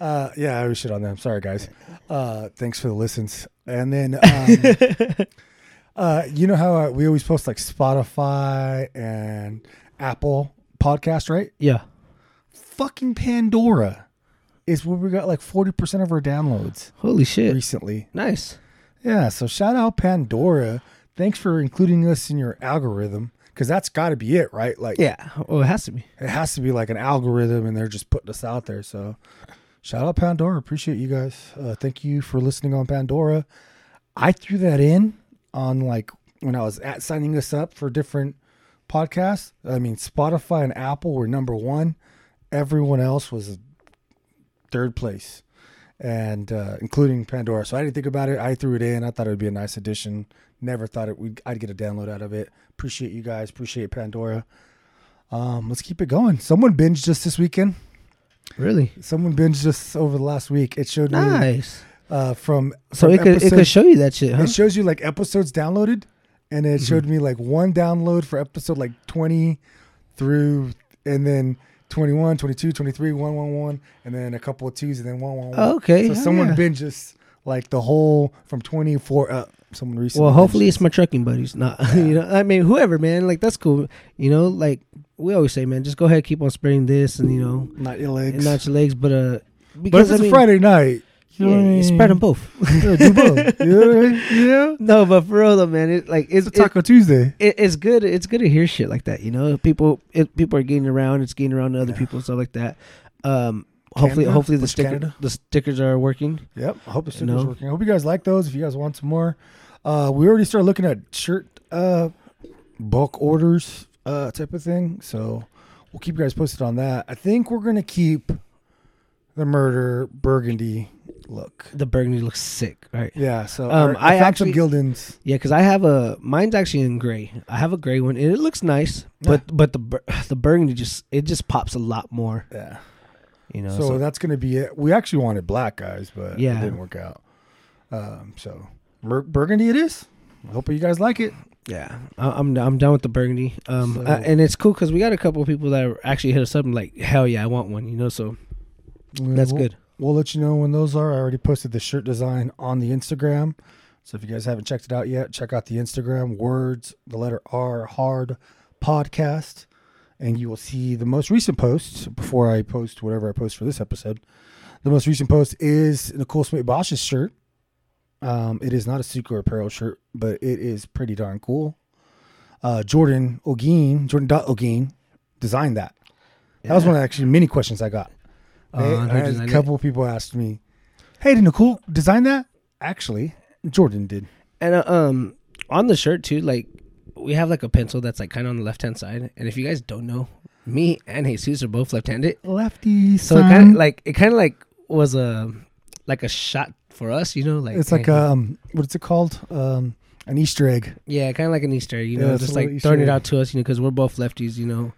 Uh, yeah, I was shit on them. Sorry, guys. Uh, thanks for the listens. And then, um, uh, you know how uh, we always post like Spotify and Apple podcast, right?
yeah,
Fucking Pandora is where we got like forty percent of our downloads
holy shit!
recently.
Nice.
Yeah, so shout out Pandora. Thanks for including us in your algorithm because that's got to be it, right? Like,
Yeah. Oh, it has to be.
it has to be like an algorithm and they're just putting us out there so shout out pandora appreciate you guys uh, thank you for listening on pandora i threw that in on like when i was at signing us up for different podcasts i mean spotify and apple were number one everyone else was third place and uh, including pandora so i didn't think about it i threw it in i thought it would be a nice addition never thought it would i'd get a download out of it appreciate you guys appreciate pandora um, let's keep it going. Someone binged us this weekend.
Really
Someone binged us over the last week. It showed me
nice.
uh, from
So
from
it could it
episode-
could show you that shit, huh? Mm-hmm.
it shows you like episodes downloaded, and it showed me like one download for episode like twenty through and then 21, 22, 23, 111, and then a couple of twos and then one one one.
Oh, Okay,
So
hell
someone
yeah.
binged us like the whole from twenty four up. Someone recently.
Well,
binged
hopefully
us.
it's my trucking buddies. Not you know, I mean, whoever, man. Like that's cool. You know, like we always say, man, just go ahead, keep on spreading this, and you know,
not your legs.
and not your legs, but uh,
but if it's
I mean,
a Friday night,
yeah,
you know what I
you
mean?
spread them both.
Yeah, do both. You know what I mean? Yeah.
no, but for real though, man, it like it's
It's a Taco Tuesday.
it, it's good. It's good to hear shit like that. You know, people it, people are getting around. It's getting around to other people and stuff like that. Um, hopefully,
Canada?
hopefully the
What's
sticker,
Canada?
the stickers are working.
Yep. I hope the
You
sticker's
know?
working. I hope you guys like those. If you guys want some more, uh, we already started looking at shirt uh, bulk orders uh, type of thing. So we'll keep you guys posted on that. I think we're gonna keep the murder burgundy look.
The burgundy looks sick, right?
Yeah. So
Um,
I,
I
found some
actually-
Gildens.
Yeah, because I have a mine's actually in gray. I have a gray one, and it looks nice, but but the bur- the burgundy just it just pops a lot more.
Yeah.
You know,
So,
so,
that's gonna be it. We actually wanted black guys, but yeah. it
Yeah.
didn't work out. Um, so Bur- burgundy it is. I hope you guys like it.
yeah, I, I'm I'm down with the burgundy. Um,
So-
uh, and it's cool because we got a couple of people that actually hit us up and like, hell yeah, I want one. You know, so that's
We'll-
good.
We'll let you know when those are. I already posted the shirt design on the Instagram. So if you guys haven't checked it out yet, check out the Instagram words, the letter R, hard podcast. And you will see the most recent post before I post whatever I post for this episode. The most recent post is Nicole Smith Bosch's shirt. Um, it is not a Secret Apparel shirt, but it is pretty darn cool. Uh, Jordan O'Gean, Jordan dot O'Gean, designed that. That was one of actually many questions I got.
Uh,
They-
who
I had a
designed it?
couple people asked me, "Hey, did Nicole design that?" Actually, Jordan did.
And uh, um, on the shirt too, like we have like a pencil that's like kind of on the left hand side. And if you guys don't know, me and Jesus are both left handed,
Lefty,
so it kind of like it kind of like was a like a shot for us, you know, like
it's like
hey,
um, what's it called? Um, an Easter egg.
Yeah, kind of like an Easter, egg, you
Yeah,
know,
it's a
just
little
like
Easter
throwing it
egg.
out to us, you know, because we're both lefties, you know.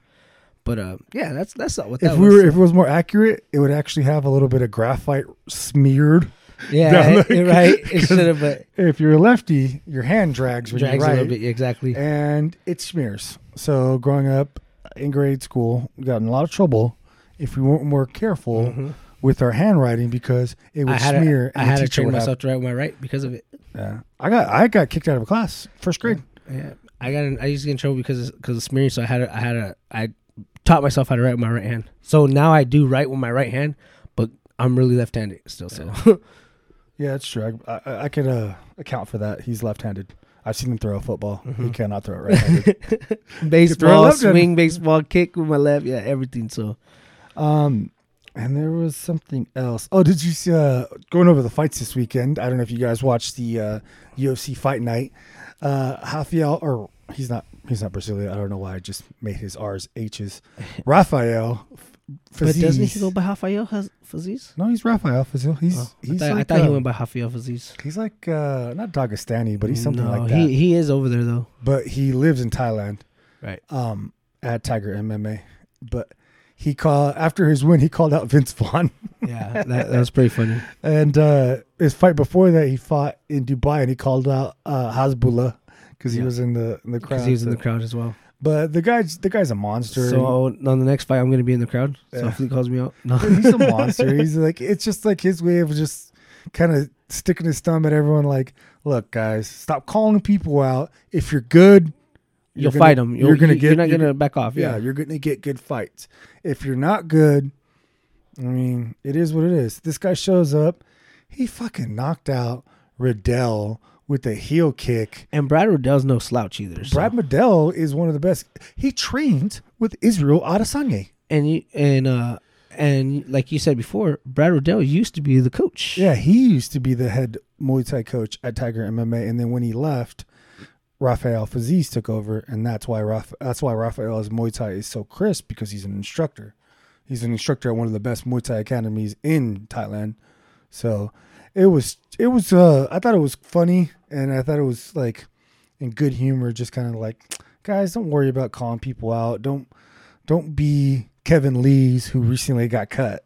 But uh, yeah, that's that's not what that
if we
was.
were, if it was more accurate, it would actually have a little bit of graphite smeared. down
yeah,
there.
you're right. It should have, but
If you're a lefty, your hand drags when
drags
you're
a
right,
little bit. yeah, Exactly.
and it smears. So growing up in grade school, we got in a lot of trouble if we weren't more careful
Mhm.
with our handwriting because it would
I had
smear.
to, I
and the
had to
teacher
train
would have-
myself to write my right because of it.
Yeah. I got I got kicked out of a class first grade.
Yeah, I got in, I used to get in trouble because of- because of smearing. So I had a, I had a I taught myself how to write with my right hand. So now I do write with my right hand, but I'm really left-handed still. So
Yeah, that's true. I, I, I could uh, account for that. He's left-handed. I've seen him throw a football.
Mm-hmm.
He cannot throw it right-handed. throw
baseball,
left-handed.
swing, baseball, kick with my left. Yeah, everything. So
um, and there was something else. Oh, did you see? Uh, going over the fights this weekend. I don't know if you guys watched the uh, UFC fight night. Uh, Rafael, or he's not. He's not Brazilian. I don't know why. I just made his R's H's. Rafael.
But doesn't he
Fazis.
go by Rafael Haz- Faziz?
No, he's Rafael Fazil. He's
Oh, I
he's
thought, I
like,
thought he
uh,
went by Rafael Faziz.
He's like uh, not Dagestani, but he's something
No,
like that.
He he is over there though.
but he lives in Thailand.
Right.
Um, at Tiger MMA, but he called after his win. He called out Vince Vaughn,
Yeah, that, that was pretty funny.
and uh, his fight before that, he fought in Dubai, and he called out uh, Hasbullah because he
Yeah.
was in the in the crowd.
Because he was in the
so-
crowd as well.
But the guy's the guy's a monster.
So uh, on the next fight, I'm going to be in the crowd. So
Yeah.
if he calls me out, no.
he's a monster. He's like it's just like his way of just kind of sticking his thumb at everyone. Like, look, guys, stop calling people out. If you're good,
you'll
gonna-
fight him. You're,
You're gonna get.
You're not
you're
going to back off.
yeah,
Yeah.
you're gonna get good fights. If you're not good, I mean, it is what it is. This guy shows up, he fucking knocked out Riddell with a heel kick.
And Brad Riddell's no slouch either. So.
Brad Riddell is one of the best. He trained with Israel Adesanya.
and you and uh and like you said before, Brad Riddell used to be the coach.
Yeah, he used to be the head Muay Thai coach at Tiger MMA, and then when he left, Rafael Faziz took over, and that's why Raf- that's why Rafael's Muay Thai is so crisp because he's an instructor. He's an instructor at one of the best Muay Thai academies in Thailand. So it was it was uh I thought it was funny and I thought it was like in good humor, just kind of like guys, don't worry about calling people out. Don't don't be Kevin Lee's who recently got cut,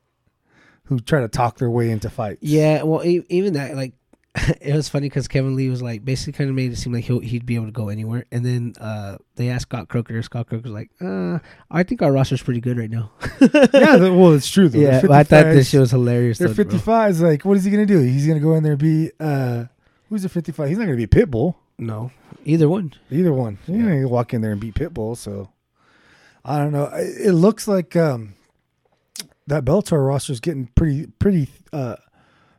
who try to talk their way into fights.
Yeah. Well, e- even that, like, it was funny because Kevin Lee was like basically kind of made it seem like he'll, he'd be able to go anywhere. And then uh, they asked Scott Croker. Scott Croker's like, uh, I think our roster's pretty good right now.
yeah, th- well, it's true though.
yeah.
They're
but I thought this
55s.
shit was hilarious.
They're
though, bro.
55. Is like, what is he gonna do? He's gonna go in there and be uh, who's a 55? He's not gonna be Pitbull.
No, either one.
Either one. He's not gonna walk in there and beat Pitbull. So I don't know. I- It looks like um, that Bellator roster is getting pretty pretty uh,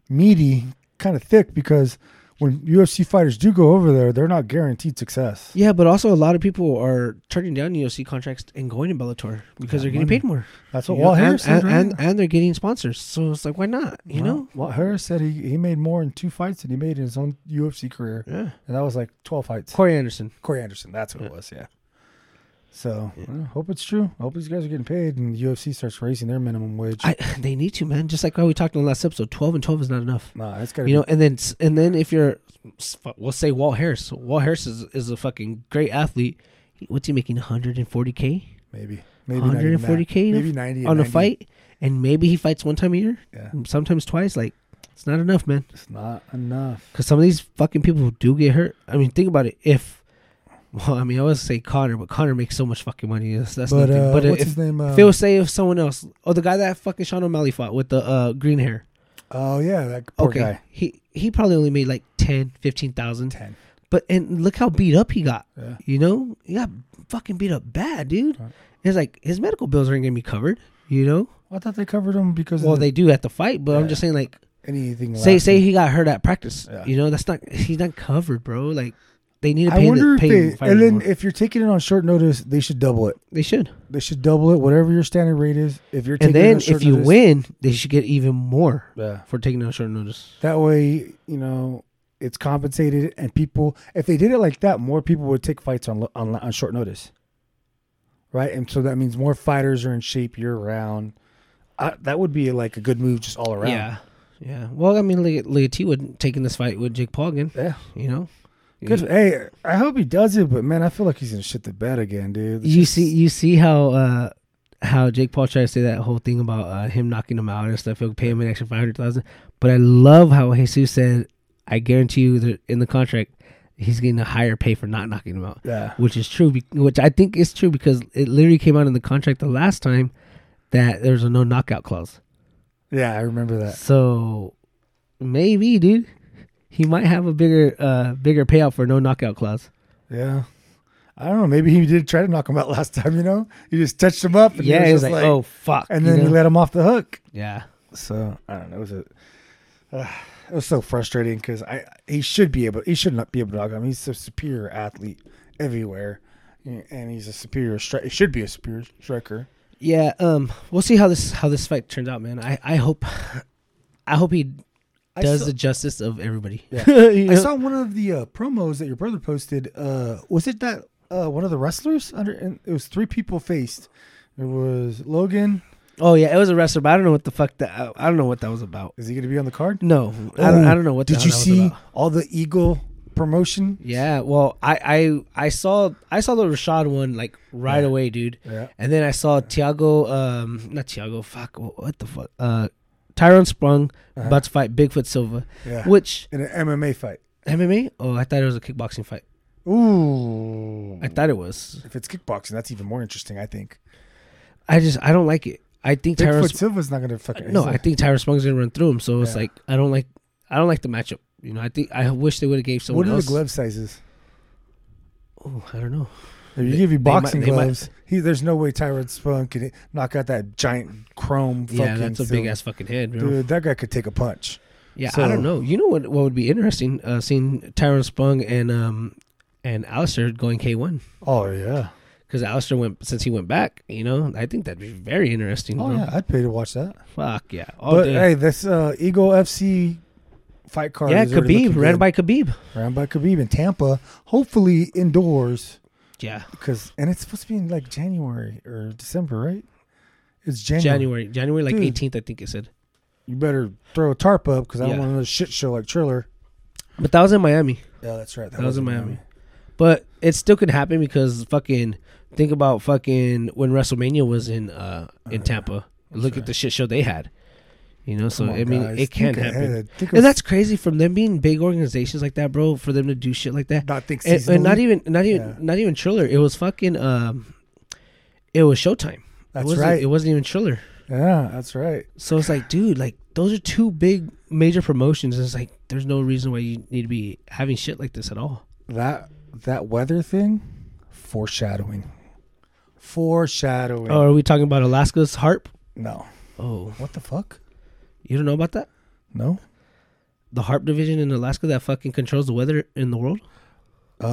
meaty, kind of thick because when UFC fighters do go over there, they're not guaranteed success.
Yeah, but also a lot of people are turning down UFC contracts and going to Bellator because they're getting
money.
paid more.
That's what
you know,
Walt
and,
Harris
and,
said. right?
and and they're getting sponsors, so it's like, why not? You
Well,
know?
Walt Harris said he, he made more in two fights than he made in his own UFC career,
Yeah.
and that was like twelve fights.
Corey Anderson.
Corey Anderson. That's what it was. Yeah. So
Yeah.
I hope it's true. I hope these guys are getting paid and UFC starts raising their minimum wage.
I they need to man. Just like how we talked in the last episode, twelve and twelve is not enough.
nah, it's gotta
You know, and then s- and then if you're, s- we'll say Walt Harris. Walt Harris is, is a fucking great athlete. He- What's he making? One hundred and forty k
be maybe maybe
140K
140k, maybe 90
on a
90.
fight, and maybe he fights one time a year,
Yeah,
sometimes twice. Like it's not enough, man.
it's not enough.
Because some of these fucking people do get hurt. I mean, think about it. If well, I mean, I always say Connor, but Connor makes so much fucking money. That's, that's
but
nothing.
uh,
but
what's
if,
his name? Um,
if it was say if someone else, oh, the guy that fucking Sean O'Malley fought with the uh, green hair.
oh yeah, that poor
okay,
guy.
he he probably only made like ten, fifteen thousand.
Ten.
But and look how beat up he got.
Yeah.
You know, he got fucking beat up bad, dude.
Right.
It's like his medical bills aren't gonna be covered. You know,
Well, I thought they covered him because
well
of the-
they do at the fight, but I'm
Yeah.
just saying like
anything.
say say
lasting.
he got hurt at practice.
Yeah.
You know, that's not he's not covered, bro. Like they need to
I
pay
wonder
the
if
pay
they and then
more.
if you're taking it on short notice, they should double it.
they should.
They should double it, whatever your standard rate is. If you're
And
taking it
then
on short
if you
notice-
win, they should get even more
yeah.
for taking on short notice.
That way, you know, it's compensated, and people, if they did it like that, more people would take fights on on, on short notice, right? And so that means more fighters are in shape year round. I, that would be like a good move, just all around.
Yeah, yeah. Well, I mean, Leah T would taking this fight with Jake Paul again.
Yeah.
You know,
Good. Hey, I hope he does it, but man, I feel like he's gonna shit the bed again, dude. It's
you
just-
see you see how uh how Jake Paul tried to say that whole thing about uh, him knocking him out and stuff, he'll pay him an extra five hundred thousand. But I love how Jesus said, I guarantee you that in the contract he's getting a higher pay for not knocking him out.
Yeah.
Which is true be- which I think is true because it literally came out in the contract the last time that there was a no knockout clause.
Yeah, I remember that.
So maybe, dude. He might have a bigger uh bigger payout for no knockout clause.
Yeah. I don't know. Maybe he did try to knock him out last time. You know, he just touched him up. And he
yeah,
was
it's
just
like, oh fuck.
and
you
then he
know?
let him off the hook.
Yeah.
So I don't know. It was a, uh, it was so frustrating because I he should be able he should not be able to knock him. He's a superior athlete everywhere, and he's a superior stri- He should be a superior striker.
Yeah, um, we'll see how this how this fight turns out, man. I I hope, I hope he
I
does
saw-
the justice of everybody.
Yeah.
You know?
I saw one of the uh, promos that your brother posted. Uh, was it that uh, one of the wrestlers under? And it was three people faced. It was Logan.
oh yeah, it was a wrestler, but I don't know what the fuck that I, I don't know what that was about.
Is he going to be on the card?
No, I don't. I
Oh,
don't know what. the
Did
hell
you
that was
see
about.
all the Eagle promotion?
Yeah, well, I I I saw I saw the Rashad one like right
Yeah.
away, dude.
Yeah.
And then I saw Tiago, um, not Tiago, fuck, wha- what the fuck, uh, Tyrone Sprung
Uh-huh.
about to fight Bigfoot Silva,
Yeah.
which
In an MMA fight.
MMA? Oh, I thought it was a kickboxing fight.
Ooh.
I thought it was.
if it's kickboxing, that's even more interesting. I think
I just I don't like it. I think Tyrone
Bigfoot Silva's not going to fucking.
Uh, No,
he's
I
like-
think Tyron Sprung's gonna run through him. So it's
Yeah.
like I don't like I don't like the matchup. You know, I think I wish they would have gave someone
What are
else.
the glove sizes?
Oh, I don't know.
If you
They-
give you
they might-
boxing
they might-
gloves, he, there's no way Tyrod Spunk can knock out that giant chrome.
Yeah,
fucking
that's a
Silva.
big ass fucking head, bro.
Dude, that guy could take a punch.
yeah,
so-
I don't know. You know what? What would be interesting? Uh, seeing Tyron Sprung and um and Alistair going K one
Oh yeah.
because Alistair went since he went back. You know, I think that'd be very interesting.
Oh
bro.
yeah, I'd pay to watch that.
Fuck yeah! All
but
day.
hey, this uh, Eagle FC fight card.
yeah,
is already
Khabib
looking
ran
good.
by Khabib.
ran by Khabib in Tampa. Hopefully indoors
Yeah,
because and it's supposed to be in like January or December, right? It's January.
January, January like
Dude.
eighteenth, I think it said.
You better throw a tarp up because I
Yeah.
don't want another shit show like Triller.
But that was in Miami.
Yeah, that's right.
That was in Miami. But it still could happen because fucking think about fucking when WrestleMania was in uh in
Uh,
Tampa. Look
right.
at the shit show they had. You know, so
Come on,
I mean
guys.
it can
Think
happen.
ahead. Think of-
And that's crazy from them being big organizations like that, bro, for them to do shit like that.
not think
And, and not
seasonally.
even not even
Yeah.
not even Triller. It was fucking um it was Showtime. it
That's
wasn't,
right.
It wasn't even Triller.
yeah, that's right.
So it's like, dude, like those are two big major promotions. And it's like there's no reason why you need to be having shit like this at all.
That that weather thing, foreshadowing, foreshadowing.
Oh, are we talking about Alaska's harp?
no,
Oh,
what the fuck?
you don't know about that?
No.
The harp division in Alaska that fucking controls the weather in the world?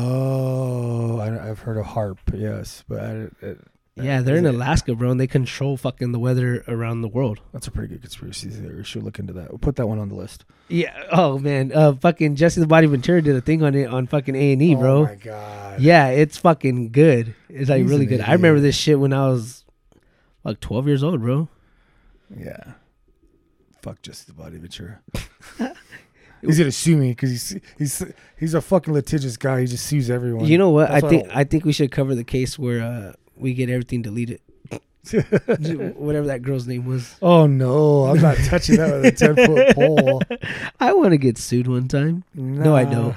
Oh, I, have heard of harp. Yes, but I, it,
Yeah, they're in
is it-
Alaska, bro, and they control fucking the weather around the world.
that's a pretty good conspiracy theory. We should look into that. We'll put that one on the list.
Yeah. Oh man, uh, fucking Jesse the Body Ventura did a thing on it on fucking A and E,
Oh
bro.
my god.
Yeah, it's fucking good. It's like
He's
really
an
good. I remember
idiot.
this shit when I was like 12 years old, bro.
Yeah. Fuck just the body Ventura. he's gonna sue me because he's he's he's a fucking litigious guy. He just sues everyone.
You know what?
That's
I
why
think
don't-
I think we should cover the case where uh, we get everything deleted. Whatever that girl's name was.
Oh no, I'm not touching that with a ten foot pole.
I want to get sued one time. No, I
Nah.
don't.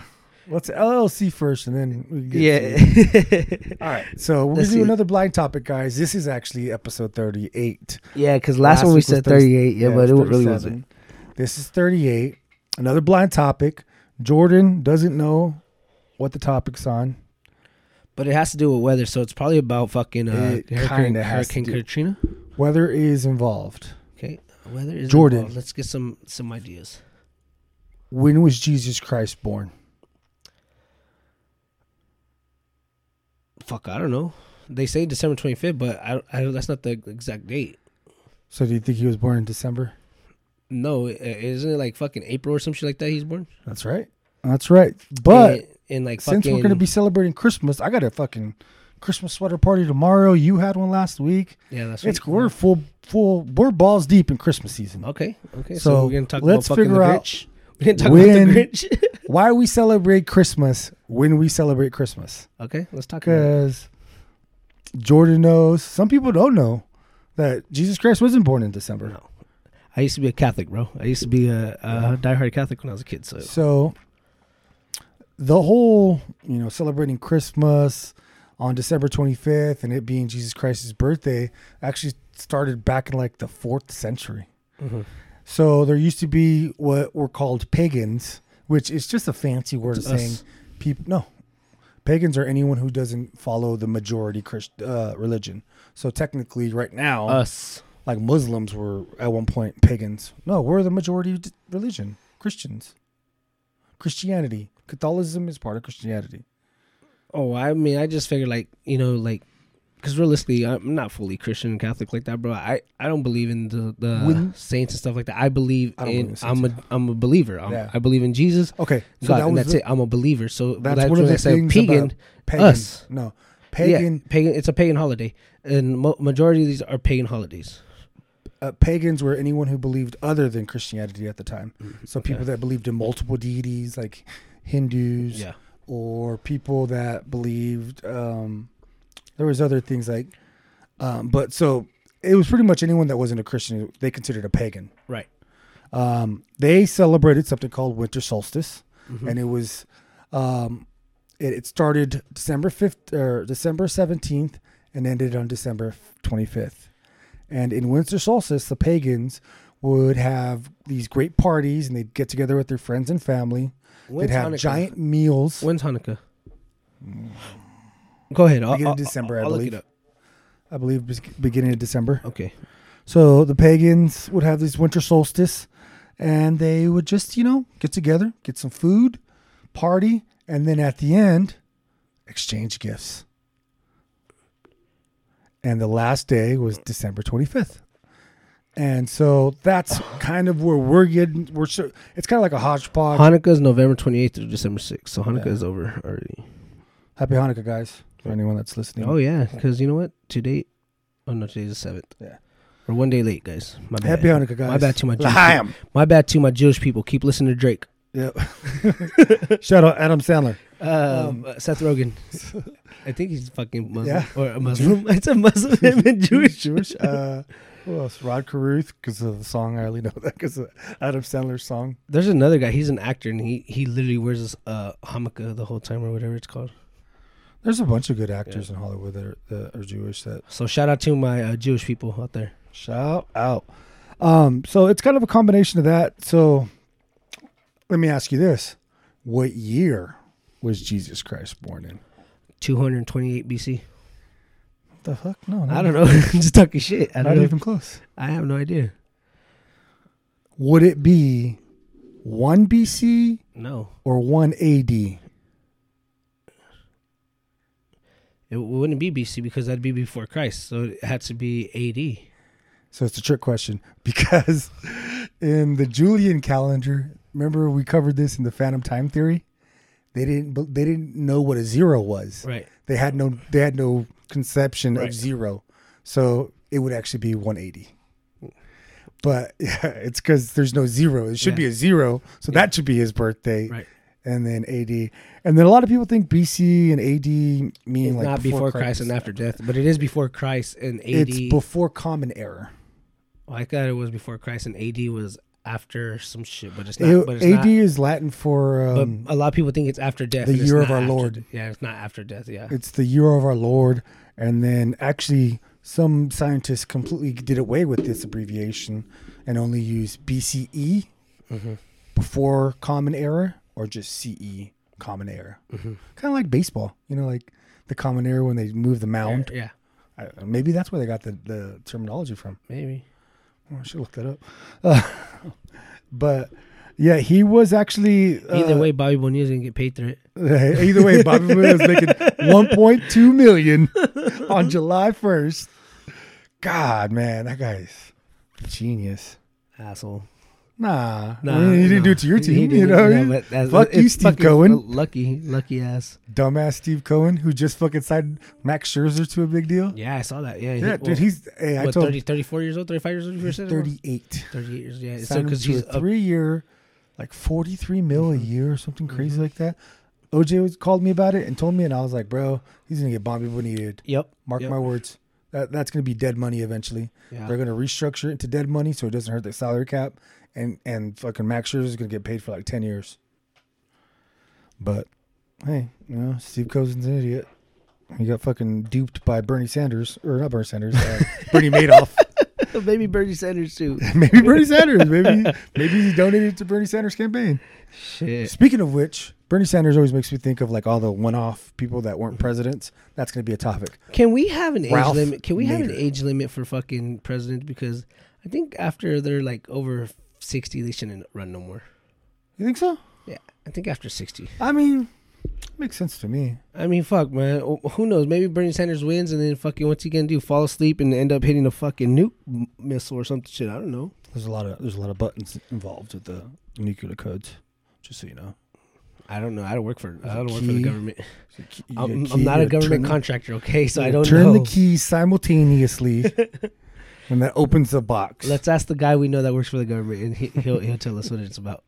Let's LLC first, and then we can get sued.
yeah.
All right, so we're
Let's
gonna do
see.
another blind topic, guys. This is actually episode thirty-eight.
Yeah, because last,
Last
one we
week was
said
30
38. Yeah, but it
was
really
37.
wasn't.
This is 38. Another blind topic. Jordan doesn't know what the topic's on.
But it has to do with weather, so it's probably about fucking uh,
It
Hurricane,
kinda has to
Hurricane
do-
Katrina.
Weather is involved.
Okay, weather is
Jordan.
involved. Let's get some some ideas.
When was Jesus Christ born?
Fuck, I don't know. They say December 25th, but I, I don't- that's not the exact date.
So do you think he was born in December?
No, i- isn't it like fucking April or some shit like that? He's born.
That's right. That's right. But
in, in like
since
fucking,
we're gonna be celebrating Christmas, I got a fucking Christmas sweater party tomorrow. You had one last week.
yeah, that's
It's
right.
we're full full we're balls deep in Christmas season.
Okay, okay. So,
So
we're gonna talk
let's
about fucking
figure
the
out
Grinch. We're gonna talk
when-
about the Grinch.
Why we celebrate Christmas when we celebrate Christmas.
Okay, let's talk about it.
Because Jordan knows, some people don't know that Jesus Christ wasn't born in December.
No. I used to be a Catholic, bro. I used to be a, a diehard Catholic when I was a kid. So
So the whole, you know, celebrating Christmas on December 25th and it being Jesus Christ's birthday actually started back in like the 4th century.
Mhm.
So there used to be what were called pagans, which is just a fancy word of
It's us.
saying people no. Pagans are anyone who doesn't follow the majority Christ, uh, religion. So technically, right
Oh.
now,
us,
like Muslims were at one point pagans. No, we're the majority d- religion, Christians. Christianity, Catholicism is part of Christianity.
oh, I mean, I just figured like you know like because realistically, I'm not fully Christian and Catholic like that, bro. I, I don't believe in the, the
When-
saints and stuff like that. I believe
I don't
in,
believe in saints
I'm a I'm a believer. I'm,
Yeah.
I believe in Jesus.
Okay, so
God,
that
and
was
that's
the-
it. I'm a believer. So
That's, one of
why
the
I said
things
pagan.
about pagan.
us.
No,
Pagan,
pagan.
yeah, pagan. It's a pagan holiday, and mo- majority of these are pagan holidays.
Uh, pagans were anyone who believed other than Christianity at the time.
Mm-hmm.
So people that believed in multiple deities, like Hindus,
Yeah.
or people that believed um, there was other things like. Um, but so it was pretty much anyone that wasn't a Christian they considered a pagan.
Right.
um, they celebrated something called winter solstice, and it was um, it, it started December fifth or December seventeenth and ended on December twenty fifth. And in winter solstice, the pagans would have these great parties, and they'd get together with their friends and family.
When's
they'd have
Hanukkah?
giant meals.
When's Hanukkah? Go ahead. I'll,
Beginning
I'll,
of December,
I'll,
I
I'll
believe.
Look it up.
I believe be- beginning of December.
Okay.
So the pagans would have these winter solstice, and they would just, you know, get together, get some food, party, and then at the end, exchange gifts. And the last day was December 25th. And so that's kind of where we're getting. We're so, it's kind of like a hodgepodge.
Hanukkah is November 28th to December 6th. So Hanukkah
Uh, Yeah.
is over already.
Happy Hanukkah, guys, for anyone that's listening.
Oh, yeah. Because you know what? Today, oh, no, today's the 7th.
Yeah.
We're one day late, guys. My bad.
Happy Hanukkah, guys.
My bad to my Jewish people.
L'chaim.
My bad to my Jewish people. Keep listening to Drake.
Yep. Shout out Adam Sandler.
Um, uh, Seth Rogen. I think he's fucking Muslim.
Yeah.
Or a Muslim. it's a Muslim and Jewish.
Jewish. Uh, who else? Rod Caruth, because of the song. I already know that because of Adam Sandler's song.
There's another guy. He's an actor, and he he literally wears this uh, Hanukkah the whole time, or whatever it's called.
There's a bunch of good actors in Hollywood that are, that are Jewish. That
So shout out to my uh, Jewish people out there.
shout out. Um, so it's kind of a combination of that. So let me ask you this: What year was Jesus Christ born in?
228 BC.
The fuck? No,
I don't know. Just talking shit. I
Not
don't know.
even close.
I have no idea.
Would it be one BC
No,
or one AD?
it wouldn't be BC because that'd be before Christ. So it had to be AD.
So it's a trick question because in the Julian calendar, remember we covered this in the phantom time theory. They didn't bel- they didn't know what a zero was.
Right.
They had no they had no conception
Right.
of zero. So it would actually be 180. But yeah, it's cuz there's no zero. It should
Yeah.
be a zero. So that should be his birthday.
Right.
And then AD. And then a lot of people think BC and AD mean
It's
like
not before Christ, and after death, but it is before Christ and AD.
It's before common error.
Oh, I thought it was before Christ and AD was after some shit, but it's not.
It-
but it's
AD
not.
is Latin for
But
um,
a lot of people think it's after death.
the
and it's
year
not
of our
after
Lord.
de- yeah, it's not after death. Yeah.
it's the year of our Lord, and then actually some scientists completely did away with this abbreviation and only use BCE E
Mm-hmm.
before Common Era or just CE Common Era,
Mm-hmm.
kind of like baseball. You know, like the Common Era when they move the mound.
Yeah.
I, maybe that's where they got the, the terminology from.
Maybe.
Oh, I should look that up. Uh, but yeah, he was actually
Either
uh,
way, Bobby Bonilla didn't get paid through it.
Hey, Either way, Bobby Bonilla is making 1.2 million on July 1st. God, man, that guy's genius.
Asshole.
Nah, I
Nah,
mean, he didn't
nah.
do it to your
He- he
team, you
didn't,
know.
yeah, but that's-
Fuck you,
it's
Steve
fucking
Cohen,
Lucky, lucky ass.
dumbass Steve Cohen, who just fucking signed Max Scherzer to a big deal.
Yeah, I saw that. Yeah,
Yeah, dude, he's hey, I
what,
told
30,
you,
34 years old, 35 years old. You were saying
38.
38 years. Yeah, so
Signed him
because
to
he's
a
up, Mm-hmm.
three-year, like 43 mil a year or something crazy like that. OJ was, called me about it and told me, and I was like, bro, he's gonna get Bobby Bonilla.
Yep.
Mark
Yep.
my words. That, that's going to be dead money eventually.
Yeah.
They're going to restructure it to dead money so it doesn't hurt the salary cap, and and fucking Max Scherzer is going to get paid for like ten years. But hey, you know Steve Cozen's an idiot. He got fucking duped by Bernie Sanders or not Bernie Sanders, uh, Bernie Madoff.
Maybe Bernie Sanders too.
maybe Bernie Sanders. Maybe maybe he donated to Bernie Sanders campaign.
Shit.
Speaking of which, Bernie Sanders always makes me think of like all the one-off people that weren't presidents. That's going to be a topic.
Can we have an age
Ralph
limit? Can we have an
Nader.
age limit for fucking presidents? Because I think after they're like over sixty, they shouldn't run no more.
You think so?
Yeah, I think after sixty.
I mean, makes sense to me.
I mean, fuck, man. Wh- Who knows? Maybe Bernie Sanders wins, and then fucking what's he gonna do? Fall asleep and end up hitting a fucking nuke m- missile or some shit. I don't know.
There's a lot of there's a lot of buttons involved with the nuclear codes. Just so you know,
I don't know. I don't work for. I don't
a
work for the
key.
government.
So you- you
I'm,
gotta
I'm
key-
not a
you gotta
government
turn-
contractor, okay? So
you
I don't
gotta turn
know.
the keys simultaneously, and that opens the box.
Let's ask the guy we know that works for the government, and he, he'll he'll tell us what it's about.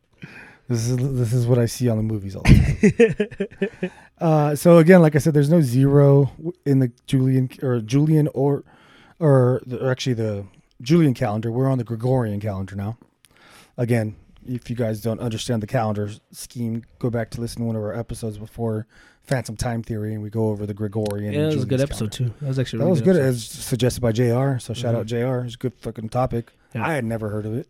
This is this is what I see on the movies all the time. uh, so again, like I said, there's no zero w- in the Julian or Julian or or, the, or actually the Julian calendar. We're on the Gregorian calendar now. Again, if you guys don't understand the calendar scheme, go back to listen to one of our episodes before Phantom Time Theory, and we go over the Gregorian.
Yeah,
and
that was a good
Julian's
episode
calendar.
too. That was actually
That
a really
was good,
episode.
as suggested by JR. So shout out JR. It's a good fucking topic.
Yeah.
I had never heard of it.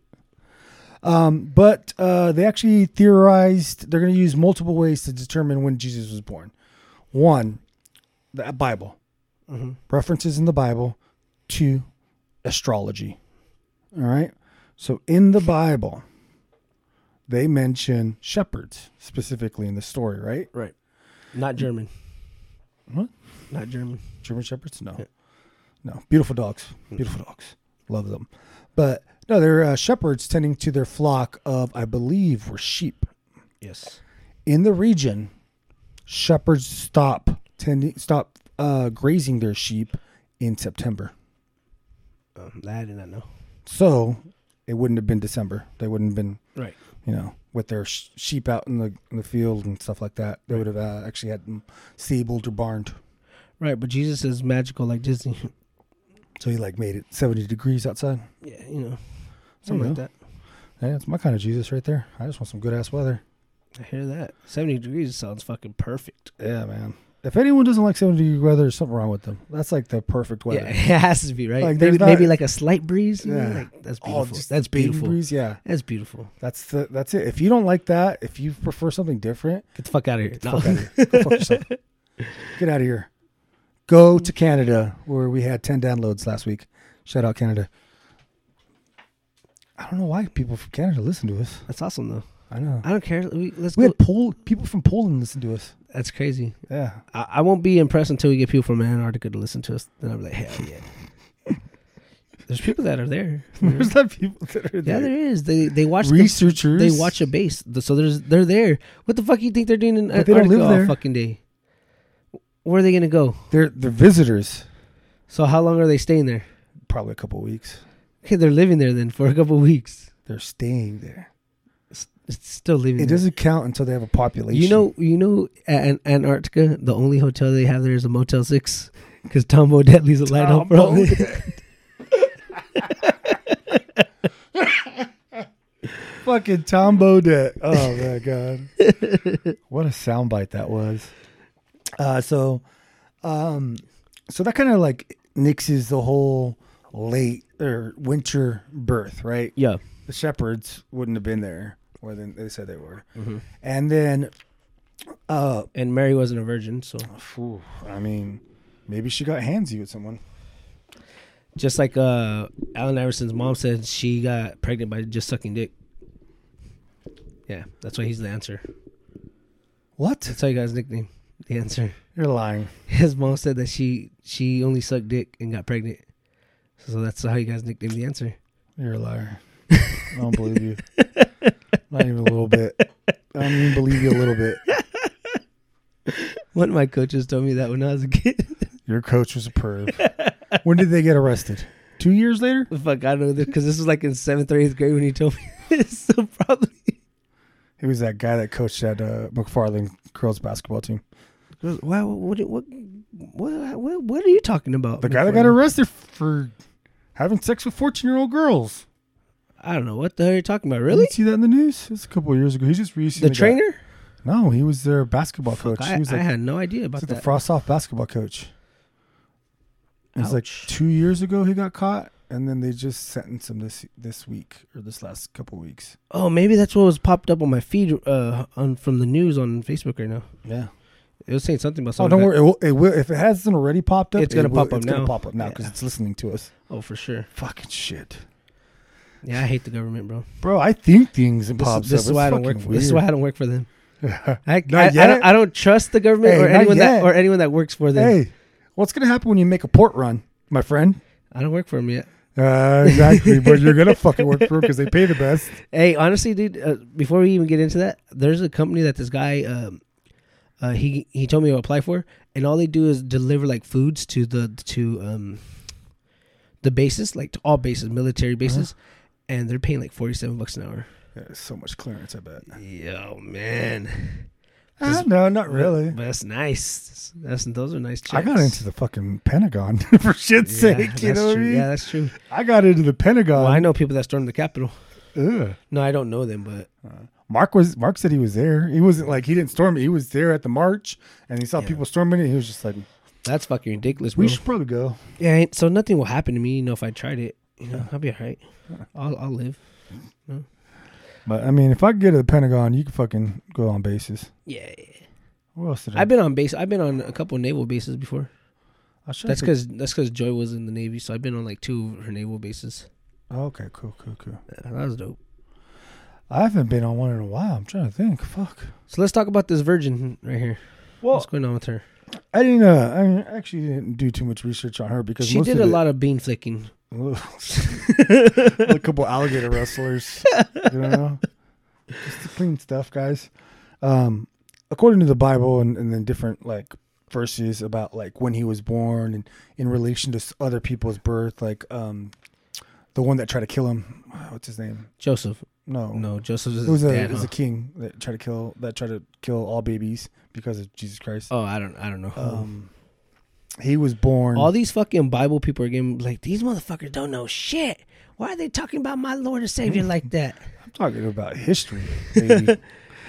Um, but uh, they actually theorized they're going to use multiple ways to determine when Jesus was born. One, the Bible
Mhm.
references in the Bible. Two, astrology. All right. So in the Bible, they mention shepherds specifically in the story, right?
Right. Not German.
What?
Not German.
German Shepherds? No.
Yeah.
No. Beautiful dogs. Beautiful dogs. Love them. But no, they're uh, shepherds tending to their flock of, I believe, were sheep.
Yes.
In the region, shepherds stop tending stop uh, grazing their sheep in September.
Um, that I did not know.
So it wouldn't have been December. They wouldn't have been,
Right.
you know, with their sh- sheep out in the in the field and stuff like that. They would have uh, actually had them stabled or barned.
Right, but Jesus is magical like Disney.
So he like made it seventy degrees outside.
yeah, you know,
There you
something like
go.
that.
Yeah, it's my kind of Jesus right there. I just want some good ass weather.
I hear that. Seventy degrees sounds fucking perfect.
Yeah, man. If anyone doesn't like 70 degree weather, there's something wrong with them. That's like the perfect
Yeah,
weather.
it has to be right.
Like,
maybe,
there's not-
maybe like a slight breeze. you know,
Yeah.
like, that's
Oh,
beautiful.
just
that's
Baby
beautiful.
breeze, yeah.
That's beautiful.
That's the that's it. If you don't like that, if you prefer something different,
Get the fuck out of here. No.
fuck out of here. Go fuck yourself. Get out of here. Go to Canada where we had 10 downloads last week. Shout out Canada. I don't know why people from Canada listen to us.
That's awesome though.
I know.
I don't care. We, let's
We
go.
had Pol- people from Poland listen to us.
That's crazy.
Yeah.
I, I won't be impressed until we get people from Antarctica to listen to us. Then I'll be like, hell yeah. There's people that are there. you know?
There's not people that are
yeah,
there.
there is. They they watch the-
Researchers.
they watch a base. Th- So there's they're there. What the fuck you think they're doing in
But they don't
Antarctica
live
all
there.
fucking day? Where are they gonna go?
They're they're visitors.
So how long are they staying there?
Probably a couple weeks.
Okay, they're living there then for a couple weeks.
They're staying there.
It's, it's still living.
It
there.
doesn't count until they have a population.
You know, you know, at An- Antarctica, the only hotel they have there is a Motel Six, because Tom Bodette leaves a light on for all the-
fucking Tom Bodette. Oh my god, what a soundbite that was. Uh, so, um, so that kind of like nixes the whole late or winter birth, right?
Yeah,
the shepherds wouldn't have been there, or than they said they were. And then, uh,
and Mary wasn't a virgin, so
phew, I mean, maybe she got handsy with someone.
just like uh, Alan Iverson's mom said, she got pregnant by just sucking dick. Yeah, that's why he's the answer.
What?
That's how you got his nickname. The answer.
You're lying.
His mom said that she she only sucked dick and got pregnant. So that's how you guys nicknamed the answer.
You're a liar. I don't believe you. Not even a little bit. I don't even believe you a little bit.
One of my coaches told me that when I was a kid.
Your coach was a perv. When did they get arrested? Two years later?
Fuck, I don't know because this was like in seventh or eighth grade when he told me this. So probably
He was that guy that coached at uh, McFarland girls basketball team.
Goes, Why? What? What? What? What? What are you talking about?
The guy that got arrested for having sex with fourteen-year-old girls.
I don't know what the hell you're talking about.
Didn't
Really?
you see that in the news? It's a couple of years ago. He just recently
The
got-
trainer?
No, he was their basketball coach.
Fuck, I,
he was
I
like,
had no idea about
he's
that.
like the Frost Off basketball coach. It was like
Ouch.
two years ago he got caught, and then they just sentenced him this this week or this last couple weeks.
oh, maybe that's what was popped up on my feed uh, on from the news on Facebook right now.
Yeah.
It was saying something about
Oh,
something.
don't worry. It will, it will, if it hasn't already popped up,
It's gonna
it will-
pop up
it's
now.
gonna pop up now because
Yeah.
it's listening to us.
Oh, for sure.
Fucking shit,
Yeah, I hate the government, bro.
bro. I think things and
This,
pops
is, this
up.
is why I don't work. For, this is why I don't work for them. I, I,
Not
I
yet.
don't, I don't trust the government
Hey,
or
not
anyone that
yet.
or anyone that works for them.
hey, what's gonna happen when you make a port run, my friend?
I don't work for them yet.
Uh, exactly, but you're gonna fucking work for because they pay the best.
Hey, honestly, dude. Uh, before we even get into that, there's a company that this guy, um, uh, he he told me to apply for, and all they do is deliver like foods to the to um, the bases, like to all bases,
Uh-huh.
military bases, and they're paying like forty seven bucks an hour.
Yeah, so much clearance, I bet.
Yo, man.
Ah, no, not really.
But that's nice. That's those are nice. Checks.
I got into the fucking Pentagon for shit's sake. You
that's
know what I
true.
mean? Um,
Yeah, that's true.
I got into the Pentagon.
Well, I know people that stormed the Capitol.
Ugh.
No, I don't know them, but
Mark was Mark said he was there. He wasn't like he didn't storm. it. He was there at the march, and he saw
Yeah.
people storming it. He was just like,
that's fucking ridiculous, bro.
"We should probably go."
Yeah, ain't- so nothing will happen to me, you know, if I tried it. You know, I'll be all right. I'll, I'll live.
But I mean, if I could get to the Pentagon, you could fucking go on bases.
Yeah.
What else did I?
I've been on base. I've been on a couple naval bases before.
I should
That's
have-
because that's because Joy was in the Navy, so I've been on like two of her naval bases.
Oh, okay, cool, cool, cool.
Yeah, that was dope.
I haven't been on one in a while. I'm trying to think. Fuck.
So let's talk about this virgin right here.
Well,
What's going on with her?
I didn't. Uh, I mean, actually didn't do too much research on her because
She
most
did
of
a
it-
lot of bean flicking.
a couple alligator wrestlers, you know, just the clean stuff, guys. Um, according to the Bible and, and then different like verses about like when he was born and in relation to s- other people's birth, like um, the one that tried to kill him, what's his name?
Joseph.
No,
No, Joseph is
it was a
dad.
it was
huh?
a king that tried to kill that tried to kill all babies because of Jesus Christ.
Oh, I don't, I don't know.
Um, he was born.
All these fucking Bible people are getting like these motherfuckers don't know shit. Why are they talking about my Lord and Savior like that?
I'm talking about history. Lady.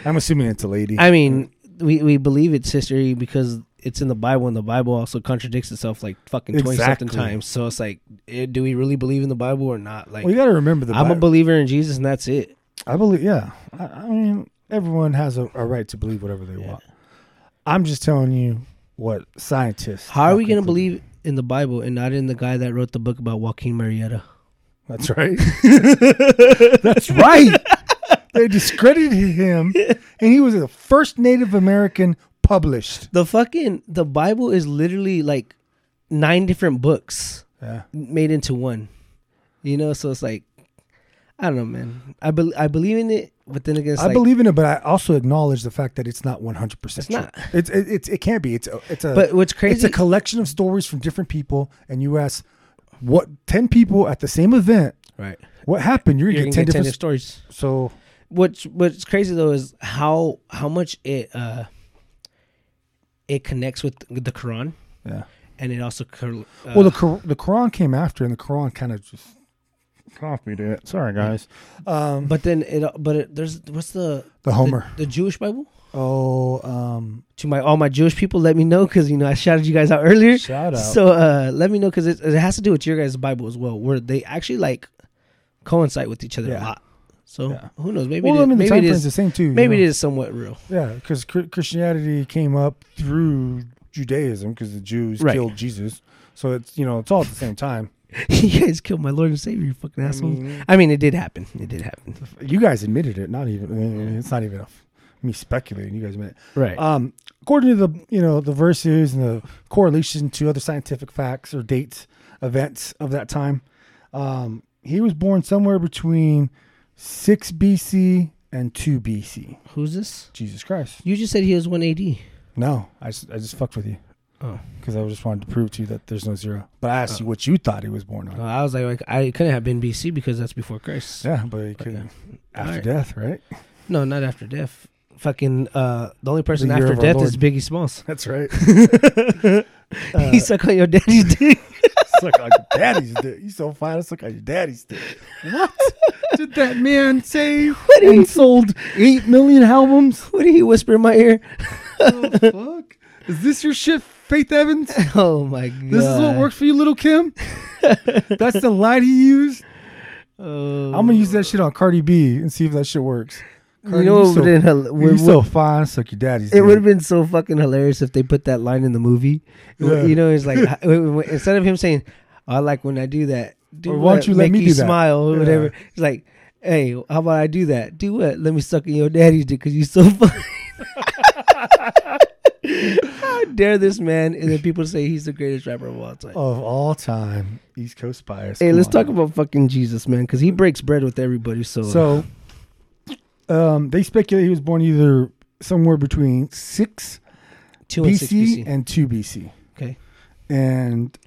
I'm assuming it's a lady.
I mean, we, we believe it's history because it's in the Bible, and the Bible also contradicts itself like fucking twenty
Exactly.
something times. So it's like, eh, do we really believe in the Bible or not? Like,
Well, you got to remember the
I'm a
Bible.
believer in Jesus, and that's it.
I believe, yeah. I, I mean, everyone has a, a right to believe whatever they want. I'm just telling you what scientists.
How are
have
we gonna
concluded.
believe in the Bible and not in the guy that wrote the book about Joaquin Marietta?
That's right. That's right. They discredited him, and he was the first Native American published.
The fucking the Bible is literally like nine different books.
Yeah.
made into one. You know, so it's like I don't know, man. I bel I believe in it, but then again, it's
I
like,
believe in it, but I also acknowledge the fact that it's not 100 percent
It's
true.
not.
It's it, it's it can't be. It's a, it's a
But what's
It's
crazy?
a collection of stories from different people, and you ask what 10 people at the same event
right?
What happened? You're
You're gonna
gonna get ten
get ten
different.
different stories.
so
What's What's crazy though is how how much it uh it connects with the Quran,
yeah.
and it also cor- uh,
well, the Qur- the Quran came after, and the Quran kind of just copied it. Sorry, guys. Um,
but then it but it, there's what's the
the Homer.
the, the Jewish Bible.
oh, um,
To my all my Jewish people, let me know because you know I shouted you guys out earlier.
shout out.
So uh, let me know because it, it has to do with your guys' Bible as well, where they actually like coincide with each other a
Yeah.
lot. So
Yeah.
who knows? Maybe
well,
it,
I mean, the
maybe
time
it
frame's
is.
the same too. you
Maybe
know?
it is somewhat real.
Yeah, because Christianity came up through Judaism because the Jews
Right.
killed Jesus. So it's you know it's all at the same time.
you guys killed my Lord and Savior, you fucking assholes. I mean,
mean-
it did happen. It did happen.
You guys admitted it. Not even it's not even a, me speculating. You guys admit it.
Right.
Um, according to the you know the verses and the correlation to other scientific facts or dates, events of that time, um, he was born somewhere between six BC and two BC.
Who's this?
Jesus Christ!
You just said he was one AD.
No, I just, I just fucked with you
Oh,
because I just wanted to prove to you that there's no zero. But I asked you what you thought he was born on.
Well, Oh, I was like, like, I couldn't have been BC because that's before Christ.
yeah, but he could
Okay.
after
Alright.
death, right?
No, not after death. Fucking uh, the only person
year
after
of our
death
Lord.
is Biggie Smalls.
That's right.
He
Uh,
He's like on your daddy's dick.
suck on your daddy's dick. You so fine. I suck on your daddy's dick. What did that man say?
What are you-
and sold eight million albums.
What did he whisper in my ear?
the fuck? Is this your shit, Faith Evans?
Oh my god!
This is what works for you, little Kim. That's the line he used.
Oh.
I'm gonna use that shit on Cardi B and see if that shit works. Cardi,
You know what
you so,
would have been hel-
you
would-
so fine, suck your daddy's.
It
dick.
would have been so fucking hilarious if they put that line in the movie.
Yeah.
You know, it's like h- w- w- instead of him saying, "I like when I do that," do
Or, "Why don't
what?
you let
Make
me do that?"
smile or
Yeah.
whatever. It's like, "Hey, how about I do that? Do what? Let me suck in your daddy's dick because you so fine." how dare this man? And then people say he's the greatest rapper of all time.
of all time. East Coast bias.
hey,
Oh, Come
let's
on.
talk about fucking Jesus, man, because he breaks bread with everybody. So,
So, um, they speculate he was born either somewhere between six
two and
BC,
six BC.
and two BC.
Okay.
and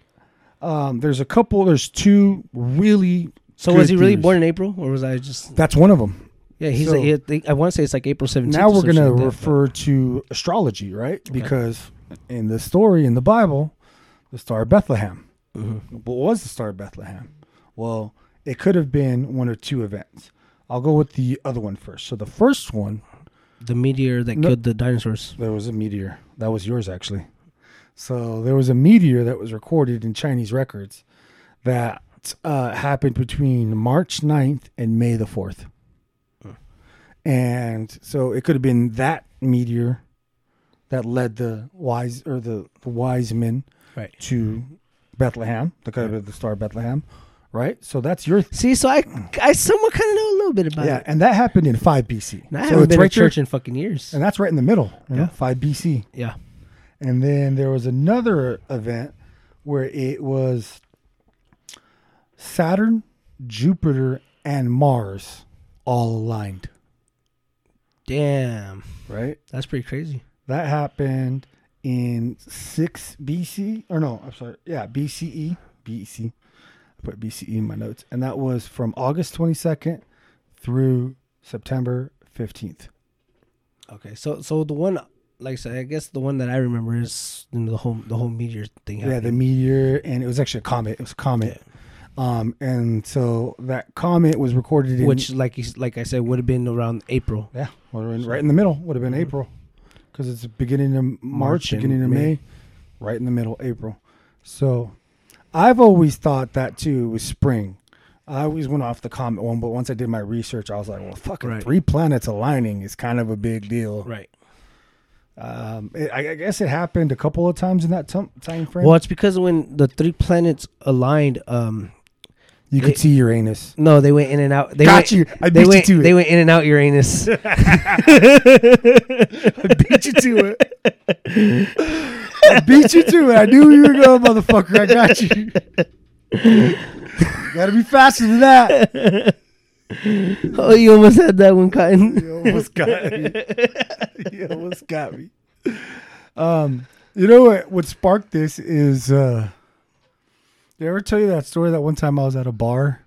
um, there's a couple. There's two really.
so
good
was he really
theories.
born in April, or was I just?
That's one of them.
Yeah, he's.
So-
like, he- they- I want to say it's like April seventeenth.
now we're going to refer to astrology, right?
Okay.
Because in the story in the Bible, the star of Bethlehem.
Mhm.
What was the star of Bethlehem? Well, it could have been one of two events. I'll go with the other one first. So the first one,
the meteor that
No.
killed the dinosaurs.
there was a meteor. That was yours actually. So there was a meteor that was recorded in Chinese records that uh, happened between March 9th and May the 4th. And so it could have been that meteor that led the wise or the, the wise men
Right.
to Bethlehem, the kind of the star of Bethlehem, right? So that's your
See, so I, I somewhat kind of know a little bit about
yeah,
it.
and that happened in 5 BC.
And I
so
haven't
it's
been
right
to
there-
church in fucking years.
and that's right in the middle, you know,
Yeah.
5 BC.
yeah.
And then there was another event where it was Saturn, Jupiter, and Mars all aligned,
Damn,
right?
that's pretty crazy.
That happened in 6 BC, or no, I'm sorry. Yeah, E, BCE. BC. I put BCE in my notes. And that was from August 22nd through September 15th.
Okay, so so the one, like I said, I guess the one that I remember is you know, the whole the whole meteor thing.
Yeah, the
happened.
meteor, and it was actually a comet. It was a comet. Um, and so that comet was recorded in
which like he's like I said would have been around April.
Yeah, would have been right in the middle. Would have been April, because it's beginning of March,
March and
beginning of May.
May.
right in the middle, April. So, I've always thought that too was spring. I always went off the comet one, but once I did my research, I was like, well, fucking
Right.
three planets aligning is kind of a big deal.
Right.
Um, it, I, I guess it happened a couple of times in that tum- time frame.
Well, it's because when the three planets aligned, um,
you could
it-
see Uranus.
no, they went in and out. They went,
Got you. I
they
beat you
went,
to it.
They went in and out Uranus.
I beat you to it. I beat you to it. I knew you were going, motherfucker. I got you. Got to be faster than that.
oh, you almost had that one, Cotton.
You almost got me. You almost got me. Um, you know what? What sparked this is. Uh, did I ever tell you that story? That one time I was at a bar,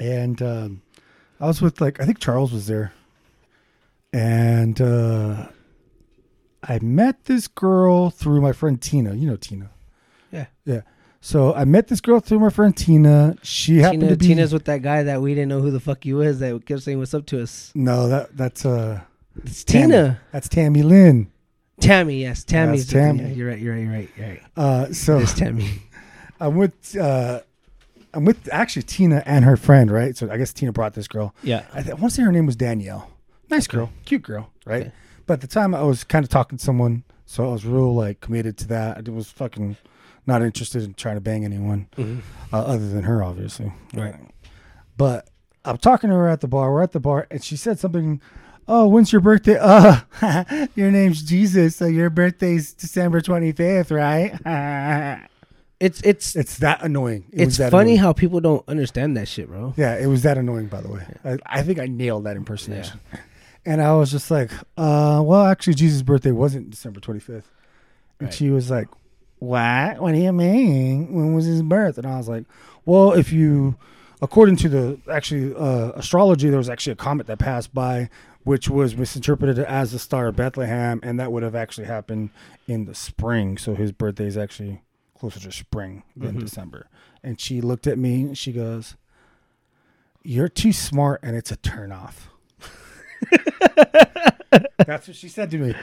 and um, I was with like I think Charles was there, and uh, I met this girl through my friend Tina. You know Tina.
Yeah.
Yeah. So I met this girl through my friend Tina. She happened
Tina,
to be
Tina's with that guy that we didn't know who the fuck he was that kept saying what's up to us.
no that that's uh
It's
Tammy.
Tina.
That's Tammy Lynn.
Tammy, yes. Tammy's
That's
the-
Tammy.
yeah, you're right, you're right, you're right, you're right.
Uh, so
It's Tammy.
I'm with uh, I'm with actually Tina and her friend, right? So I guess Tina brought this girl.
Yeah.
I, th- I want to say her name was Danielle. Nice girl, cute girl, right?
Okay.
But at the time, I was kind of talking to someone, so I was real like committed to that. I was fucking not interested in trying to bang anyone uh, other than her, obviously.
Mm-hmm. Right.
But I'm talking to her at the bar. We're at the bar, and she said something. Oh, when's your birthday? Uh, your name's Jesus, so your birthday's December 25th, right?
It's it's
it's that annoying. It
it's
was that
funny
annoying.
how people don't understand that shit, bro.
Yeah, it was that annoying, by the way. I, I think I nailed that impersonation. And I was just like, uh, well, actually, Jesus' birthday wasn't December 25th. And
Right.
she was like, what? What do you mean? When was his birth? And I was like, well, if you according to the actually uh, astrology, there was actually a comet that passed by, which was misinterpreted as the star of Bethlehem, and that would have actually happened in the spring. So his birthday is actually closer to spring than
Mhm.
December. And she looked at me and she goes, "You're too smart, and it's a turnoff." That's what she said to me.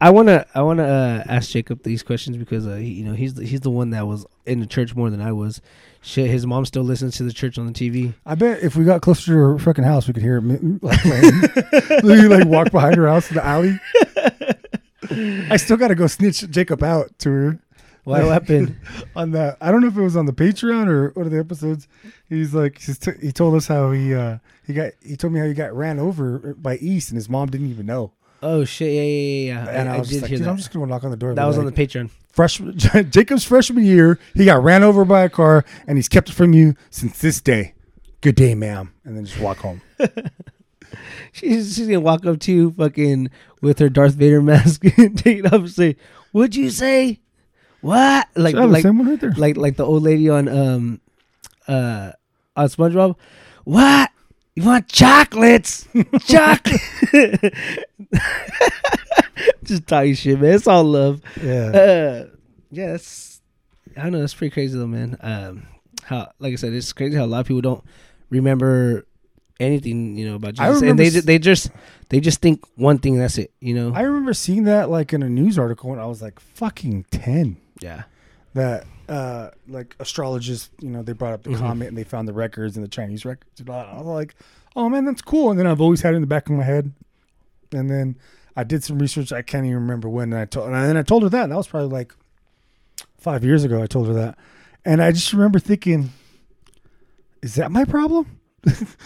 I wanna I wanna uh, ask Jacob these questions because uh, he, you know he's the, he's the one that was in the church more than I was. Shit, his mom still listens to the church on the TV.
I bet if we got closer to her fucking house, we could hear it like playing. you like walk behind her house in the alley. I still got to go snitch Jacob out to her
What happened?
on that. I don't know if it was on the Patreon or one of the episodes. He's like, he's t- he told us how he uh, he got he told me how he got ran over by East and his mom didn't even know.
Oh shit! Yeah, yeah, yeah. yeah.
And I,
I, I
was
did
just like,
hear
dude,
that.
I'm just gonna knock on the door. and
that
be
was
like,
on the Patreon.
freshman Jacob's freshman year, he got ran over by a car, and he's kept it from you since this day. Good day, ma'am, and then just walk home.
She's, she's gonna walk up to you, fucking, with her Darth Vader mask and take it off and say, "Would you say what?" Like,
Yeah, the
like,
same one right there.
like, like the old lady on um, uh, on SpongeBob. What you want? Chocolates, chocolate. Just talking shit, man. It's all love.
yeah.
Uh, yeah, that's. I don't know. That's pretty crazy though, man. Um, how like I said, it's crazy how a lot of people don't remember anything you know about Jesus,
I
and
remember
they
s-
they just they just think one thing. That's it. You know.
I remember seeing that like in a news article when I was like fucking 10
yeah.
that uh like astrologists, you know, they brought up the
Mhm.
comet and they found the records and the Chinese records and all that. I was like, "Oh man, that's cool." And then I've always had it in the back of my head. And then I did some research, I can't even remember when and I told and then I told her that. And that was probably like 5 years ago I told her that. And I just remember thinking is that my problem?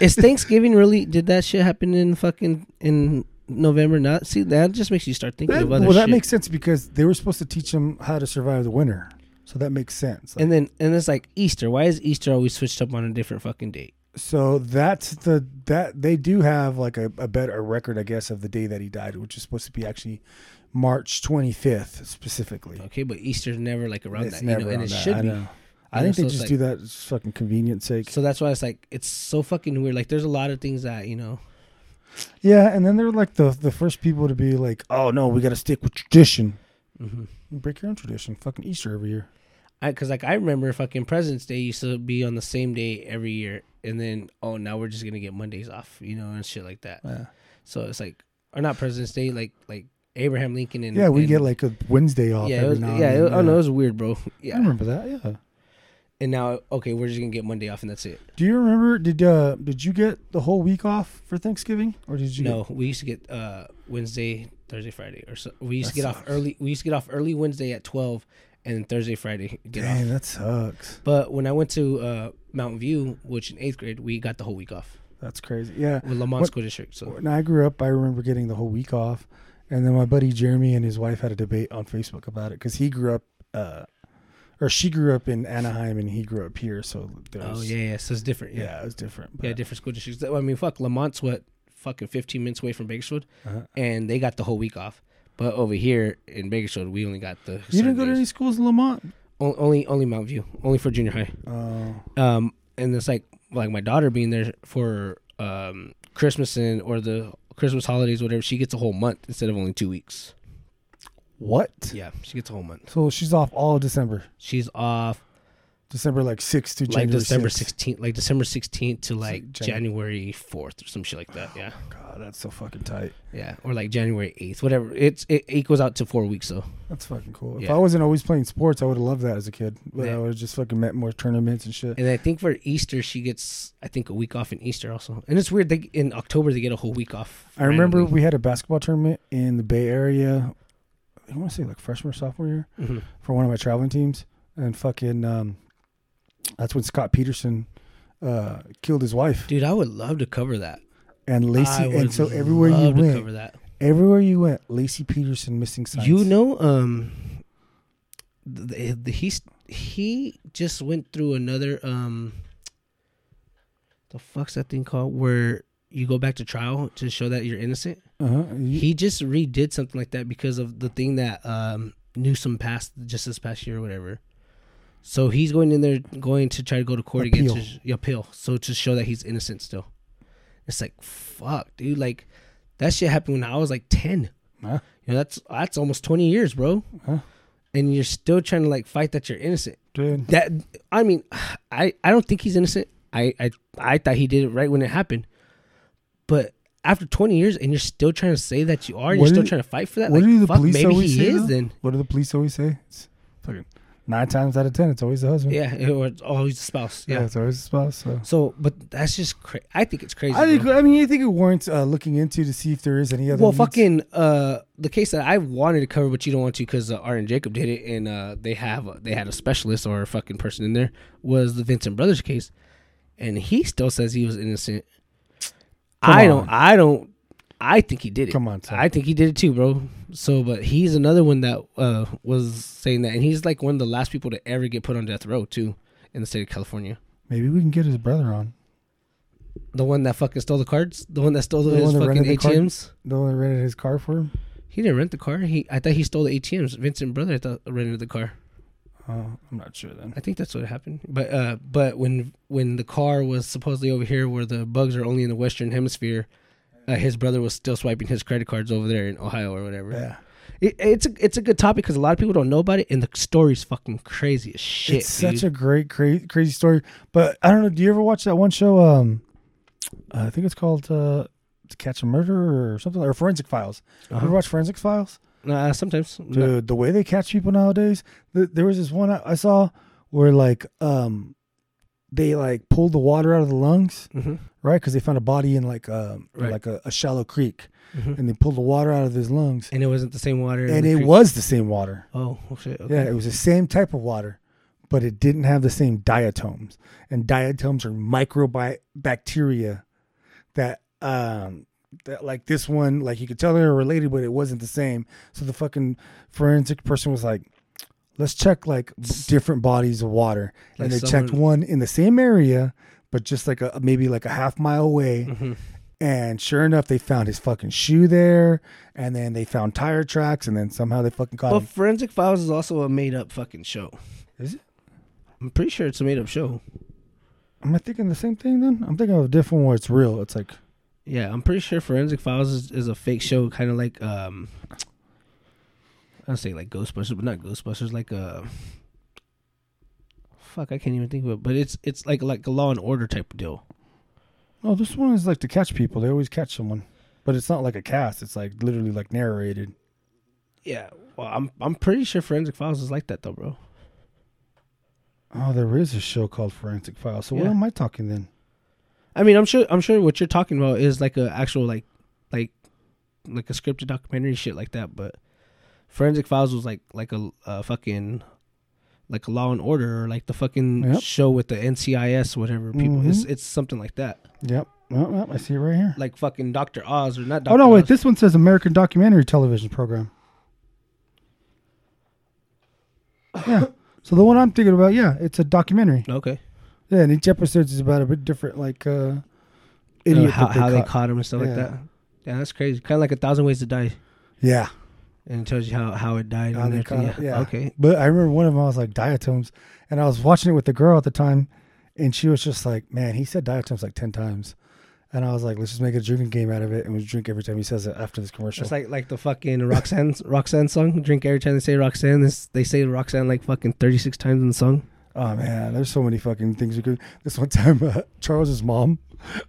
Is Thanksgiving really? Did that shit happen in fucking in November? Not see that just makes you start thinking
That-
of
well,
other
that
shit.
makes sense because they were supposed to teach them how to survive the winter. So that makes sense.
and then and it's like Easter. Why is Easter always switched up on a different fucking date?
So that's the that they do have like a, a better a record, I guess, of the day that he died, which is supposed to be actually March 25th specifically.
Okay, but Easter's never like around
It's
that, you know, and
on
it
that,
should
I
be.
know. I
You know,
think
so
they
it's
just
like-
do that just fucking convenience sake.
So that's why it's like it's so fucking weird. Like there's a lot of things that you know.
yeah, and then they're like the the first people to be like, "Oh no, we got to stick with tradition."
Mhm.
Break your own tradition. Fucking Easter every year.
I because like I remember fucking President's Day used to be on the same day every year, and then oh now we're just gonna get Mondays off, you know, and shit like that.
Yeah,
So it's like or not President's Day, like like Abraham Lincoln and
yeah, we
and-
get like a Wednesday off.
yeah, it
every
was,
now
yeah,
and
it,
then,
oh no, it was weird, bro.
I
Yeah,
remember that. Yeah.
and now okay, we're just gonna get Monday off and that's it.
Do you remember? Did uh did you get the whole week off for Thanksgiving, or did you?
No, we used to get uh Wednesday, Thursday, Friday, or so. We used
That
to get off
sucks.
early. We used to get off early Wednesday at twelve, and Thursday, Friday
Get,
get off.
Dang, that sucks.
But when I went to uh, Mountain View, which in eighth grade, we got the whole week off
That's crazy. Yeah.
with Lamont
What-
School District. So
When I grew up, I remember getting the whole week off. And then my buddy Jeremy and his wife had a debate on Facebook about it because he grew up, uh, or she grew up in Anaheim and he grew up here. So there
oh
was,
yeah, yeah, so it's different.
yeah.
Yeah,
it was different.
yeah, different school districts. I mean, fuck, Lamont's what fucking fifteen minutes away from Bakersfield,
Uh-huh.
and they got the whole week off. But over here in Bakersfield, we only got the
You didn't
certain
go to
days.
any schools in Lamont?
O- only only Mountain View, only for junior high.
Oh,
Um, and it's like like my daughter being there for um Christmas and or the Christmas holidays, whatever. She gets a whole month instead of only two weeks.
what?
Yeah, she gets a whole month.
So she's off all of December.
She's off
December like 6th to
like
January
December
6th.
sixteenth, like December sixteenth to like
Jan-
January fourth or some shit like that. Yeah,
God, that's so fucking tight.
yeah, or like January eighth, whatever. It's it equals out to four weeks though.
That's fucking cool. If
Yeah.
I wasn't always playing sports, I would have loved that as a kid. But
Yeah.
I would have just fucking met more tournaments and shit.
And I think for Easter she gets I think a week off in Easter also. And it's weird they in October they get a whole week off.
I remember
randomly.
we had a basketball tournament in the Bay Area. I want to say like freshman or sophomore year
Mhm.
for one of my traveling teams, and fucking um, that's when Scott Peterson uh, killed his wife
Dude, I would love to cover that.
and
I
Lacey.
would
And so everywhere you
love to
went,
cover that.
everywhere you went, Lacey Peterson missing signs.
You know, um, the, the, he's he just went through another um, the fuck's that thing called where you go back to trial to show that you're innocent.
uh-huh. You-
He just redid something like that because of the thing that um Newsom passed just this past year or whatever. So he's going in there, going to try to go to court
Appeal.
against his appeal. So to show that he's innocent still. It's like fuck, dude. Like that shit happened when I was like ten.
Huh?
You know, that's that's almost twenty years, bro.
Huh?
And you're still trying to like fight that you're innocent.
Dude,
That I mean, I I don't think he's innocent. I I I thought he did it right when it happened, but after 20 years and you're still trying to say that you are, and you're
What
still
did-
trying to fight for that.
what
like,
do the
fuck,
police
maybe
always
he
say?
is
though?
then.
What do the police always say? It's fucking nine times out of ten, it's always the husband.
Yeah, or oh, he's a spouse. Yeah.
it's always the spouse. So.
So, but that's just cra- I think it's crazy.
I think.
bro.
I mean, I think it warrants uh, looking into to see if there is any other.
Well,
leads.
fucking uh, the case that I wanted to cover, but you don't want to because uh, Art and Jacob did it, and uh, they have they had a specialist or a fucking person in there was the Vincent Brothers case, and he still says he was innocent.
Come
I
on.
don't. I don't. I think he did it.
Come on, son.
I think he did it too, bro. So, but he's another one that uh, was saying that, and he's like one of the last people to ever get put on death row too in the state of California.
Maybe we can get his brother on.
The one that fucking stole the cards, the one that stole
The
his
one that
fucking
rented the card?
ATMs.
The one that rented his car for him.
He didn't rent the car. He I thought he stole the ATMs. Vincent brother I thought rented the car.
Oh, I'm not sure then.
I think that's what happened. But uh but when when the car was supposedly over here where the bugs are only in the western hemisphere, uh, his brother was still swiping his credit cards over there in Ohio or whatever.
Yeah,
It, it's a it's a good topic because a lot of people don't know about it, and the story's fucking crazy as shit.
it's such a great, cra- crazy story. But I don't know. Do you ever watch that one show? Um, I think it's called uh, To Catch a Murderer or something, or Forensic Files.
a
You ever watch Forensic Files?
nah, sometimes No.
Uh-huh. Dude, the way they catch people nowadays. Th- there was this one I, I saw where like um, they like pulled the water out of the lungs,
Mhm,
right? Because they found a body in like um
Right.
like a, a shallow creek,
mhm.
and they pulled the water out of his lungs,
And it wasn't the same water. in
Mm-hmm. and
the
it
creek.
was the same water.
Oh, oh shit. Okay.
Yeah, it was the same type of water, but it didn't have the same diatoms. And diatoms are microbacteria that um that like this one, like you could tell they were related, but it wasn't the same. So the fucking forensic person was like, "Let's check like b- different bodies of water," and
Like
they checked
someone-
one in the same area, but just like a maybe like a half mile away.
Mhm.
And sure enough, they found his fucking shoe there, and then they found tire tracks, and then somehow they fucking caught
But
him.
Forensic Files is also a made up fucking show.
Is it?
I'm pretty sure it's a made up show.
Am I thinking the same thing then? I'm thinking of a different where it's real. It's like
Yeah, I'm pretty sure Forensic Files is, is a fake show, kind of like um, I'll say like Ghostbusters, but not Ghostbusters. Like uh, fuck, I can't even think of it. But it's it's like like a Law and Order type of deal.
no, this one is like to catch people. They always catch someone, but it's not like a cast. It's like literally like narrated.
Yeah, well, I'm I'm pretty sure Forensic Files is like that though, bro.
Oh, there is a show called Forensic Files. So what
Yeah.
am I talking then?
I mean, I'm sure I'm sure what you're talking about is like a actual like like like a scripted documentary shit like that. But Forensic Files was like like a, a fucking like a Law and Order or like the fucking
Yep.
show with the NCIS whatever people. It's
Mhm.
it's something like that.
Yep. Yep, yep, I see it right here.
Like fucking Doctor Oz or not. Dr.
Oh no, wait.
Oz.
This one says American Documentary Television Program. Yeah. So the one I'm thinking about, yeah, it's a documentary.
okay.
Yeah, and each episode is about a bit different, like uh,
Idiot
idiot
Uh, how
that
how they
caught.
caught him and stuff like
Yeah.
that. Yeah, that's crazy. Kind of like a thousand ways to die,
yeah.
and it tells you how how it died.
How
and
they
everything.
caught it, yeah.
Okay.
But I remember one of them, I was like, diatoms. And I was watching it with the girl at the time, and she was just like, man, he said diatoms like 10 times. And I was like, let's just make a drinking game out of it. And we drink every time he says it after this commercial.
It's like like the fucking Roxanne Roxanne song. Drink every time they say Roxanne. This, they say Roxanne like fucking thirty six times in the song.
oh, man, there's so many fucking things we could. This one time, uh, Charles's mom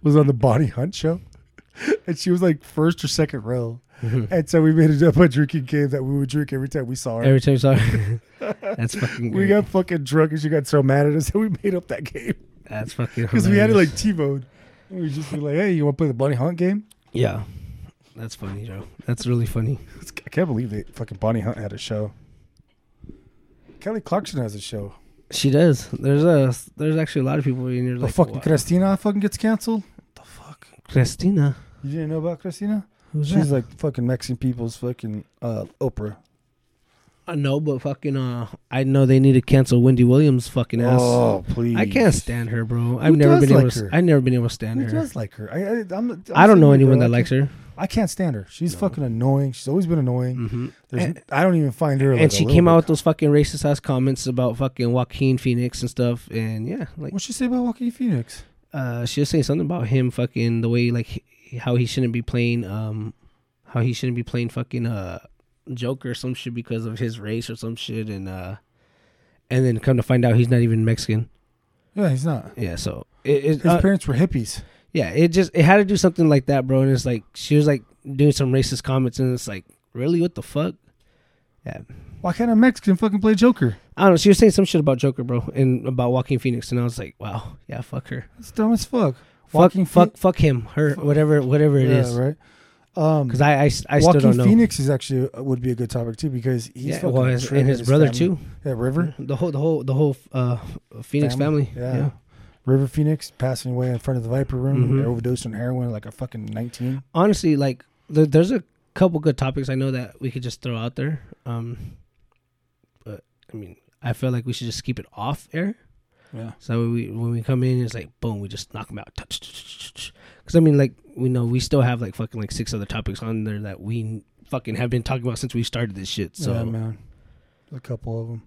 was on the Bonnie Hunt show, and she was like first or second row. And so we made up a drinking game that we would drink every time we saw her.
Every time, sorry. That's fucking. Great.
we got fucking drunk, and she got so mad at us that we made up that game.
That's fucking.
Because we had it
hilarious.
like T-boned. We would just be like, hey, you want to play the Bonnie Hunt game?
Yeah, that's funny, Joe. That's really funny.
I can't believe they fucking Bonnie Hunt had a show. Kelly Clarkson has a show.
She does. There's a there's actually a lot of people in here
The
like
fucking
"Wow,
Christina fucking gets canceled. The fuck?
Christina.
You didn't know about Christina?
Who's
She's
that?
like fucking Mexican people's fucking uh, Oprah.
I know, but fucking, uh, I know they need to cancel Wendy Williams' fucking ass.
Oh, please.
I can't stand her, bro. I've never
does
been able.
like
To,
her?
I've never been able to stand
Who
her.
does like her? I, I, I'm, I'm
I don't know
saying,
anyone that
bro,
likes her,
I can't stand her. She's fucking annoying. She's always been annoying.
Mm-hmm.
There's, I don't even find her.
and she came out with those fucking racist ass comments about fucking Joaquin Phoenix and stuff. And yeah, like
What'd she say about Joaquin Phoenix?
uh, she was saying something about him fucking the way like he- how he shouldn't be playing, um, how he shouldn't be playing fucking uh Joker or some shit because of his race or some shit, and uh, and then come to find out he's not even Mexican.
Yeah, he's not.
Yeah, so it, it,
His
uh,
parents were hippies.
Yeah, it just it had to do something like that, bro. And it's like she was like doing some racist comments, and it's like, really, what the fuck? Yeah,
Why can't a Mexican fucking play Joker?
I don't know. She was saying some shit about Joker, bro, and about Joaquin Phoenix, and I was like, wow, yeah, fuck her,
That's dumb as fuck.
fuck,
Joaquin Phe-
fuck, fuck him, her, whatever, whatever it
yeah,
is.
right. Um,
Because I, I, I still
Joaquin
don't know.
Phoenix is actually uh, would be a good topic too because he's
yeah,
fucking
well, his,
tripping
and his brother too.
stabbing- Yeah, River
The whole, the whole, the whole uh, Phoenix family.
Yeah. River Phoenix passing away in front of the Viper Room,
Mhm.
overdosed on heroin like a fucking nineteen.
Honestly, like there, there's a couple good topics I know that we could just throw out there. Um, but I mean, I feel like we should just keep it off air.
Yeah,
So we when we come in, it's like boom, we just knock them out. Because I mean, like we know we still have like fucking like six other topics on there that we fucking have been talking about since we started this shit. So
yeah, man, a couple of them.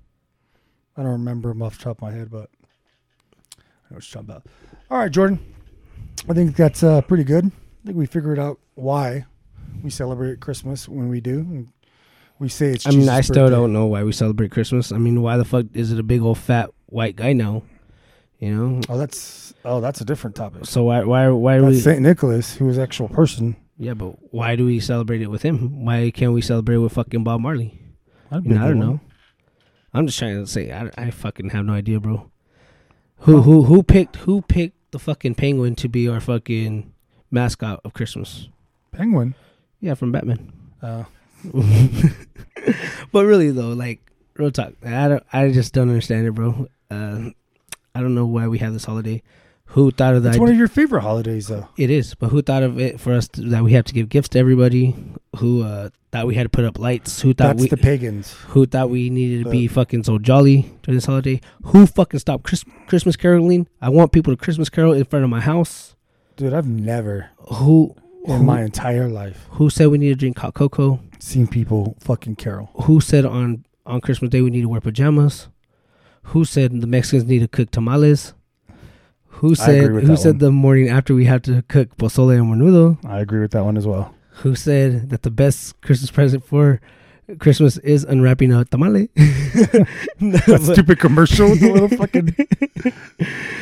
I don't remember them off the top of my head, but I know what you're talking about. All right, Jordan, I think that's uh, pretty good. I think we figured out why we celebrate Christmas when we do. And we say it's.
I mean,
Jesus
I still
birthday.
don't know why we celebrate Christmas. I mean, why the fuck is it a big old fat white guy now? You know.
Oh, that's oh, that's a different topic.
So why why why do
That's
we
Saint Nicholas, who was an actual person.
yeah but why do we celebrate it with him? Why can't we celebrate with fucking Bob Marley?
That'd
You know,
a
I
good
don't
one.
know. I'm just trying to say I, I fucking have no idea, bro. Who who who picked who picked the fucking penguin to be our fucking mascot of Christmas?
Penguin.
Yeah, from Batman.
Uh,
But really though, like real talk, I don't I just don't understand it, bro. Uh, I don't know why we have this holiday. Who thought of that?
it's one of your favorite holidays, though.
It is, but who thought of it for us to, that we have to give gifts to everybody? Who uh, thought we had to put up lights? Who thought
That's
we
the pagans.
who thought we needed to
The-
be fucking so jolly during this holiday? Who fucking stopped Chris, Christmas caroling? I want people to Christmas carol in front of my house.
Dude, I've never
Who
in my entire life
who said we need to drink hot cocoa?
seen people fucking carol.
Who said on on Christmas Day we need to wear pajamas? Who said the Mexicans need to cook tamales? Who
I agree
said
with
who
that
said
one.
the morning after we have to cook pozole and menudo?
I agree with that one as well.
who said that the best Christmas present for Christmas is unwrapping a tamale. No,
That
but-
stupid commercial with the little fucking.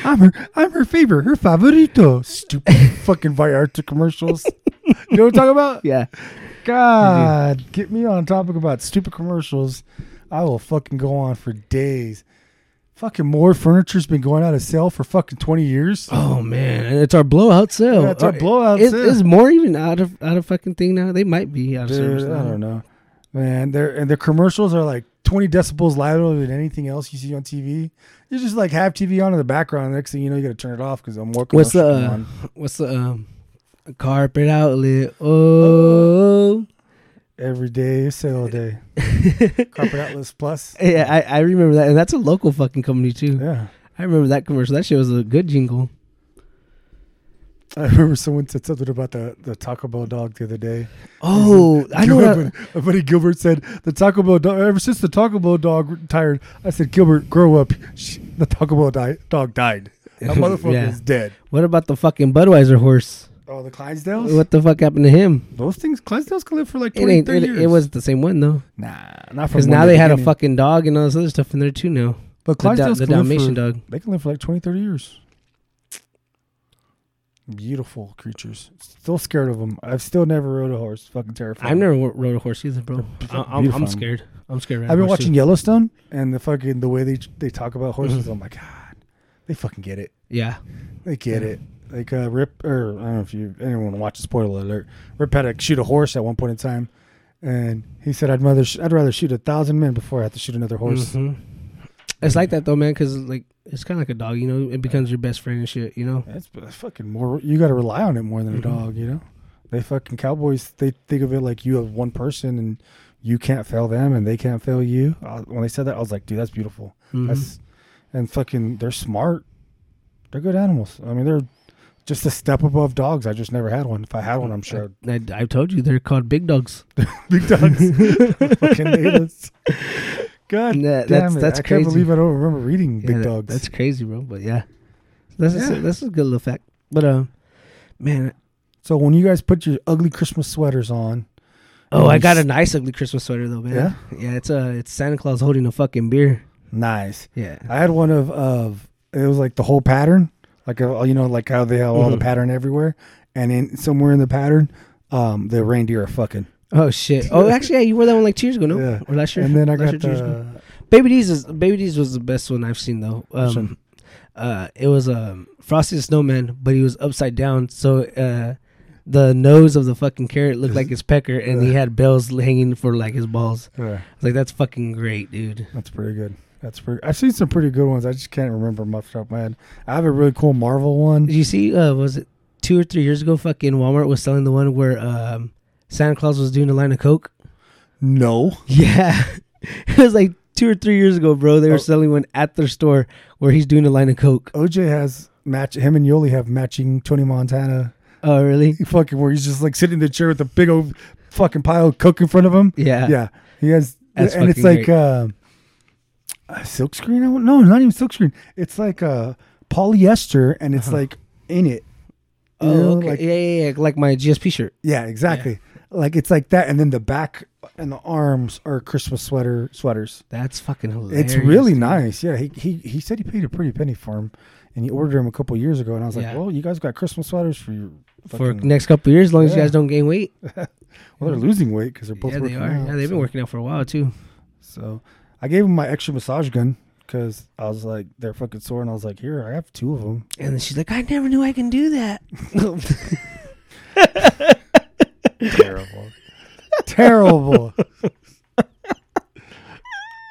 I'm her. I'm her favorite. Her favorito. Stupid fucking Vallarta commercials. You know what I'm talking about?
yeah.
God, get me on topic about stupid commercials. I will fucking go on for days. Fucking more furniture's been going out of sale for fucking twenty years.
Oh man, and it's our blowout sale.
Yeah, it's our
Uh,
blowout
is,
sale.
Is more even out of out of fucking thing now? They might be out of
Dude,
service.
I
now.
don't know, man. Their and their commercials are like twenty decibels louder than anything else you see on TV. You just like have TV on in the background. Next thing you know, you got to turn it off because I'm more.
What's the
commercials
uh,
on.
what's the um, carpet outlet? Oh
every day sale day? Carpet Atlas Plus.
yeah, I, I remember that, and that's a local fucking company too.
Yeah,
I remember that commercial. That shit was a good jingle.
I remember someone said something about the the Taco Bell dog the other day.
Oh, I know. what-
Gilbert, my buddy Gilbert said the Taco Bell dog. Ever since the Taco Bell dog retired, I said, Gilbert, grow up. Sh- The Taco Bell di- dog died. That motherfucker
Yeah.
is dead.
what about the fucking Budweiser horse?
Oh, the Clydesdales.
What the fuck happened to him?
Those things, Clydesdales can live for like
It
20,
ain't.
30
It,
years.
it wasn't the same one though,
nah, not from
because now they had a fucking dog and all this other stuff in there too. Now
But
the, da-
Clydesdales
the
can live
Dalmatian
for,
dog.
They can live for like 20, 30 years. Beautiful creatures. Still scared of them. I've still never rode a horse. Fucking terrifying.
I've never w- rode a horse either, bro. I, I'm,
beautiful.
I'm scared. I'm scared.
I've been watching Yellowstone and the fucking the way they they talk about horses. I'm like, God, they fucking get it.
Yeah,
They get it. Like uh, Rip, or I don't know if you anyone watches. Spoiler alert: Rip had to shoot a horse at one point in time, and he said, "I'd rather sh- I'd rather shoot a thousand men before I have to shoot another horse."
Mhm. It's like that though, man. Because like it's kind of like a dog, you know. It becomes your best friend and shit, you know.
That's b- fucking more. You got to rely on it more than a
Mhm.
dog, you know. They fucking cowboys. They think of it like you have one person and you can't fail them and they can't fail you. Uh, when they said that, I was like, dude, that's beautiful.
Mhm.
That's and fucking they're smart. They're good animals. I mean, they're just a step above dogs. I just never had one. If I had one, I'm sure
I, Mm-hmm. I told you they're called big dogs.
big dogs. fucking natives. God
Nah,
damn
that's-
it.
that's
I
crazy.
can't believe I don't remember reading
Yeah,
big
that-
dogs.
That's crazy, bro. But yeah, that's a,
Yeah.
that's a good little fact. But uh, man,
so when you guys put your ugly Christmas sweaters on,
oh,
And
I
you
got
s-
a nice ugly Christmas sweater though, man.
Yeah?
yeah. It's uh, it's Santa Claus holding a fucking beer.
nice.
Yeah,
I had one of of it was like the whole pattern, like uh, you know, like how they have all the
Mhm.
pattern everywhere, and in somewhere in the pattern, um, the reindeer are fucking.
Oh shit! Oh, actually, yeah, you wore that one like two years ago, no?
Yeah.
Or last year.
And then I
Last
got
year, two years ago.
the
Baby D's. Is, Baby D's was the best one I've seen though. Um,
one?
uh, it was um, Frosty the Snowman, but he was upside down, so uh, the nose of the fucking carrot looked like his pecker, and he
Yeah.
had bells hanging for like his balls.
yeah,
I was like, that's fucking great, dude.
that's pretty good. That's pretty. I've seen some pretty good ones. I just can't remember them off the top of my head. I have a really cool Marvel one.
Did you see? Uh, was it two or three years ago? Fucking Walmart was selling the one where um, Santa Claus was doing a line of coke.
No,
Yeah. it was like two or three years ago, bro. They were
Oh.
selling one at their store where he's doing a line of coke.
OJ has match. Him and Yoli have matching Tony Montana.
Oh, really?
He fucking where he's just like sitting in the chair with a big old fucking pile of coke in front of him.
Yeah.
yeah he has
That's
and it's
fucking
like uh, a silk screen I want, no not even silk screen it's like uh polyester and it's
Uh-huh.
like in it You know,
Oh, okay.
like-
yeah, yeah, yeah. Like my GSP shirt.
yeah exactly like it's like that and then the back and the arms are christmas sweater sweaters
That's fucking hilarious.
it's really
dude.
nice yeah he, he he said he paid a pretty penny for him and he ordered him a couple years ago and i was like
Yeah.
well you guys got christmas sweaters for your
For
fucking-
next couple of years, as long as you
Yeah.
guys don't gain weight.
well they're losing weight because they're both
yeah, they
working
are.
out,
yeah, they've been
so.
working out for a while too.
So I gave him my extra massage gun because I was like, they're fucking sore. And I was like, here, I have two of them.
And then she's like, I never knew I can do that.
Terrible. Terrible.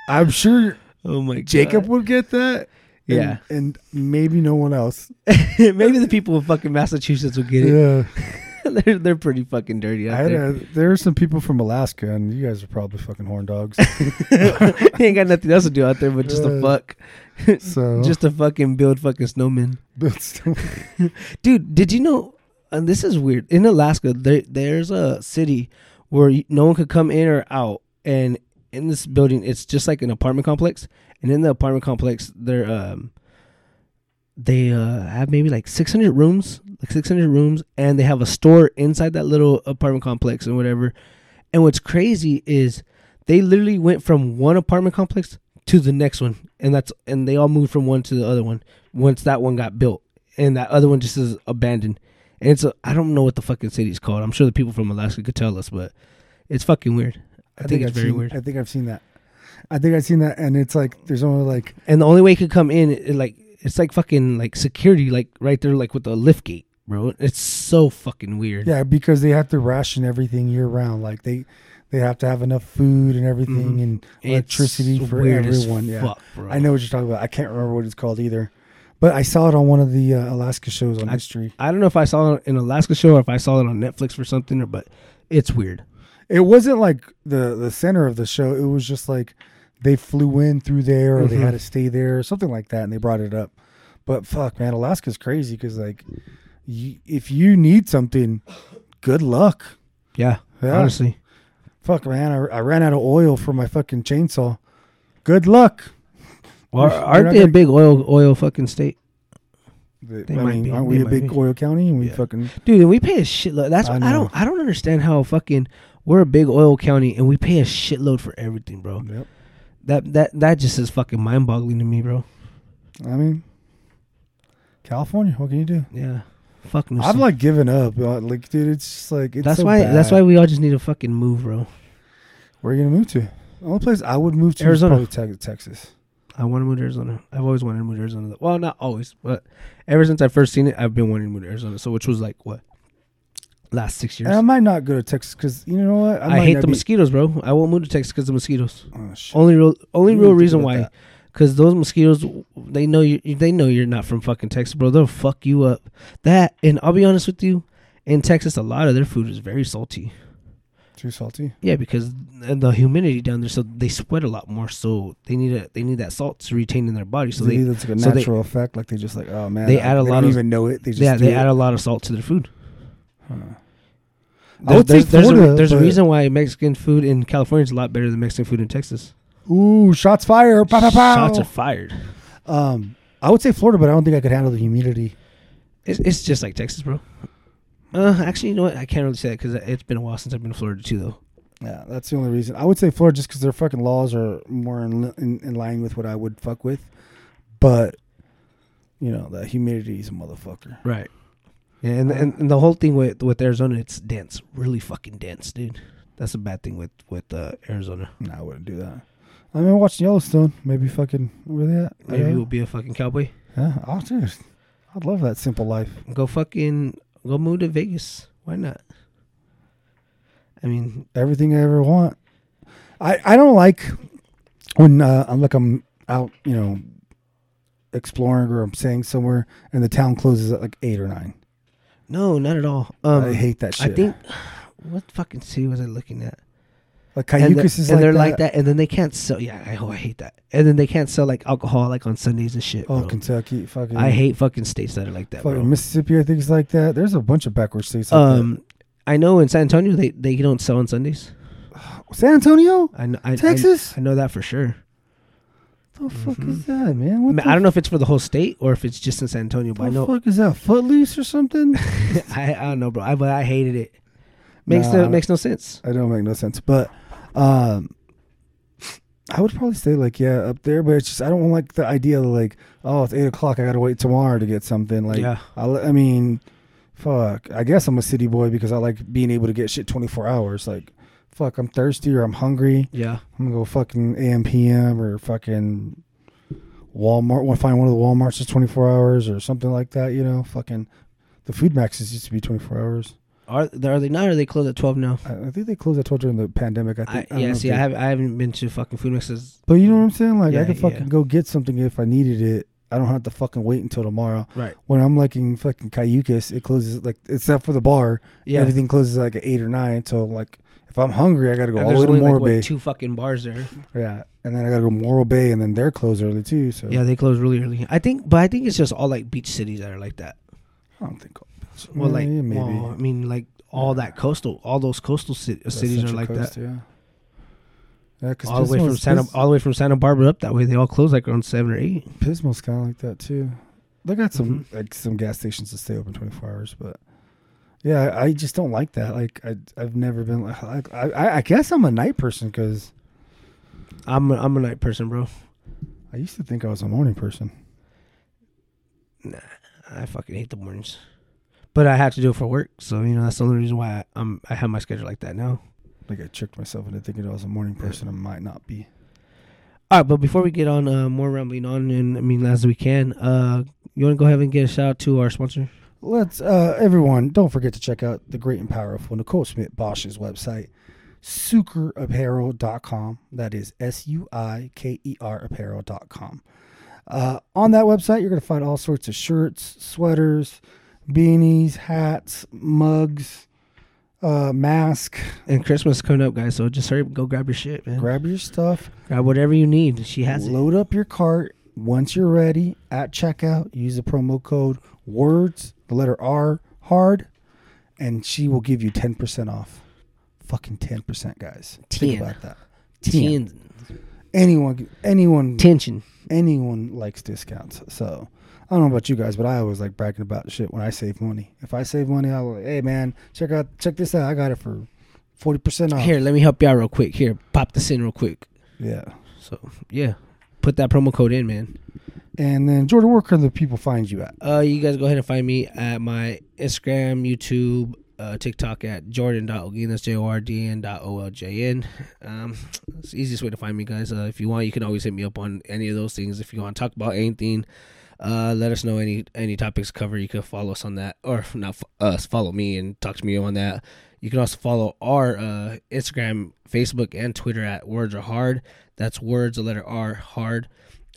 I'm sure
oh my god.
Jacob would get that. and-
Yeah.
And, maybe no one else.
Maybe the people of fucking Massachusetts will get it.
Yeah.
they're they're pretty fucking dirty
I
out
had
there.
a, there are some people from Alaska, and you guys are probably fucking horn dogs.
they ain't got nothing else to do out there but just to
Yeah.
fuck.
So
Just to fucking build fucking snowmen.
but still-
Dude, did you know? And this is weird. In Alaska, there there's a city where you- no one could come in or out, and in this building, it's just like an apartment complex. And in the apartment complex, they're um, they uh, have maybe like 600 rooms, like 600 rooms, and they have a store inside that little apartment complex and whatever. And what's crazy is they literally went from one apartment complex to the next one, and that's and they all moved from one to the other one once that one got built, and that other one just is abandoned. And it's a, I don't know what the fucking city's called. I'm sure the people from Alaska could tell us, but it's fucking weird. I, think, it's
I've
very
seen-
weird.
I think I've seen that. I think I've seen that, and it's like there's only like
and the only way you could come in, it, like it's like fucking like security, like right there, like with the lift gate, bro. It's so fucking weird.
Yeah, because they have to ration everything year round. Like they, they have to have enough food and everything
Mhm.
and
It's
electricity for
weird as
everyone. Yeah,
fuck, bro.
I know what you're talking about. I can't remember what it's called either, but I saw it on one of the uh, Alaska shows on
I-
History.
I don't know if I saw it in Alaska show or if I saw it on Netflix or something, or, but it's weird.
It wasn't like the the center of the show. It was just like they flew in through there, or they
Mhm.
had to stay there, or something like that, and they brought it up. But fuck, man, Alaska's crazy because like, you, if you need something, good luck.
Yeah,
Yeah.
honestly.
Fuck, man, I, I ran out of oil for my fucking chainsaw. Good luck.
Well,
You're-
aren't
you're not
they a
gonna-
big oil oil fucking state, might
I mean,
be,
aren't
they
we a
might
big
be.
oil county? And we
Yeah.
fucking
dude? And we pay a shitload. That's
I
I,
know.
don't I don't understand how fucking we're a big oil county and we pay a shitload for everything, bro.
yep.
That that that just is fucking mind boggling to me, bro.
I mean, California. What can you do?
Yeah, fucking.
I've like given up. uh, Like, dude, it's just like it's
that's
so
why.
Bad.
That's why we all just need to fucking move, bro.
Where are you gonna move to? The only place I would move to
Arizona.
is probably Tex- Texas.
I want to move to Arizona. I've always wanted to move to Arizona. Well, not always, but ever since I first seen it, I've been wanting to move to Arizona. So, which was like what last six years.
And I might not go to Texas because you know what?
I,
might
hate
not
the
be-
mosquitoes, bro. I won't move to Texas because the mosquitoes.
Oh, shit.
Only real, only
You
real
need to
reason
get
why,
that.
because those mosquitoes, they know you. They know you're not from fucking Texas, bro. They'll fuck you up. That and I'll be honest with you, in Texas, a lot of their food is very salty.
Too salty.
Yeah, because th- the humidity down there, so they sweat a lot more. So they need a, they need that salt to retain in their body. So they
Maybe that's like a
so they-
natural effect. Like they just like, oh man,
They
I-
add a lot
don't
of-
even know it. They just
yeah
do
they
it.
add a lot of salt to their food.
Huh. I
There,
would say
there's, there's, a,
Florida,
there's a
but-
reason why Mexican food in California is a lot better than Mexican food in Texas.
Ooh, shots fired! Pow, pow, pow.
Shots are fired.
um, I would say Florida, but I don't think I could handle the humidity.
It's, it's just like Texas, bro. Uh, actually, you know what? I can't really say that because it's been a while since I've been to Florida too, though.
Yeah, that's the only reason. I would say Florida just because their fucking laws are more in, li- in in line with what I would fuck with, but you know the humidity is a motherfucker.
Right. Yeah, and, and and the whole thing with with Arizona, it's dense, really fucking dense, dude. That's a bad thing with with uh, Arizona.
Nah, I wouldn't do that. I mean, watching Yellowstone, maybe fucking where they at?
Maybe
Idaho?
we'll be a fucking cowboy.
yeah, I'll just, I'd love that simple life.
Go fucking go move to Vegas. Why not? I mean,
everything I ever want. I, I don't like when uh, I'm like I'm out, you know, exploring or I'm staying somewhere and the town closes at like eight or nine.
no, not at all. Um,
I hate that
I
shit.
think what fucking city was I looking at?
like
and, the-
Cayucas is
and
like
they're
that.
like that, and then they can't sell. Yeah, I, oh, I hate that. And then they can't sell like alcohol like on Sundays and shit.
Oh,
bro.
Kentucky, fucking,
I hate fucking states that are like that,
fucking
bro.
Mississippi. I think is like that. There's a bunch of backward states. Like
Um, I know in San Antonio they they don't sell on Sundays.
that. San Antonio,
I know, I, I-
Texas.
I know that for sure.
the fuck
Mhm.
is that, man?
I,
What
mean,
the
I don't know if it's for the whole state or if it's just in San Antonio, but I
What the
know
fuck is that? Footloose or something?
I, I don't know, bro. I, but I hated it. Makes
Nah, I
no
don't-
makes no sense.
I don't make no sense. But um I would probably say like yeah up there, but it's just I don't like the idea of like oh it's eight o'clock I gotta wait tomorrow to get something like
yeah,
I, li- I mean fuck I guess I'm a city boy because I like being able to get shit twenty four hours like fuck I'm thirsty or I'm hungry
yeah.
I'm gonna go fucking AM PM or fucking Walmart want to find one of the WalMarts that's twenty four hours or something like that you know fucking the food maxes used to be twenty four hours
Are they- are they not? Or are they closed at twelve now?
I, I think they closed at twelve during the pandemic I
I,
think I don't know
yeah.
if
See,
they-
I have I haven't been to fucking food mixes.
But you know what I'm saying? Like I
Yeah,
could fucking
yeah.
go get something if I needed it. I don't have to fucking wait until tomorrow.
Right.
When I'm like in fucking Cayucas, it closes like except for the bar.
Yeah.
Everything closes like at eight or nine. So like if I'm hungry, I gotta go
And
all
there's
the way
only
to Morro
like, what,
Bay.
two fucking bars there.
yeah. And then I gotta go Morro Bay and then they're closed early too. So
Yeah, they close really early. I think, but I think it's just all like beach cities that are like that.
I don't think
Well,
Yeah,
like,
yeah, maybe.
well, I mean, like all that coastal, all those coastal ci- cities are like that.
Yeah. Yeah, because
All the way from Santa, all the way from Santa Barbara up that way. They all close like around seven or eight.
Pismo's kind of like that too. They got some like some gas stations that stay open twenty four hours, but yeah, I, I just don't like that. Like I, I've never been like like, I, I, I guess I'm a night person because
I'm a, I'm a night person, bro.
I used to think I was a morning person.
I fucking hate the mornings, but I have to do it for work. So you know that's the only reason why I, I'm I have my schedule like that now.
Like I tricked myself into thinking I was a morning person. I might not be.
All right, but before we get on uh, more rambling on, and I mean as we can, uh, you want to go ahead and get a shout out to our sponsor?
Let's uh, everyone don't forget to check out the great and powerful Nicole Smith Bosch's website, sukerapparel.com. That is S U I K E R apparel.com. Uh, on that website, you're going to find all sorts of shirts, sweaters, beanies, hats, mugs, uh, mask.
And Christmas coming up, guys. So just hurry, up, go grab your shit, man. Grab,
Grab your stuff,
whatever you need. She has it.
load up your cart. Once you're ready at checkout, use the promo code WORDS, the letter R, hard, and she will give you 10% off. Fucking 10%, guys. Think
Ten.
about that. 10.
Ten,
Anyone, anyone,
tension.
anyone likes discounts. So I don't know about you guys, but I always like bragging about shit when I save money. If I save money, I'll like, hey man, check out, check this out. I got it for 40% off.
Here, let me help you out real quick. Here, pop this in real quick.
Yeah.
So yeah, put that promo code in, man.
And then Jordan, where can the people find you at?
Uh, you guys go ahead and find me at my Instagram, YouTube, uh, TikTok at jordan.olgin. That's J O R D N dot O L J N. Um, it's the easiest way to find me, guys. Uh, if you want, you can always hit me up on any of those things. If you want to talk about anything, uh, let us know any any topics covered. You can follow us on that, or not f- us, follow me and talk to me on that. You can also follow our uh, Instagram, Facebook, and Twitter at Words Are Hard. That's words, the letter R, hard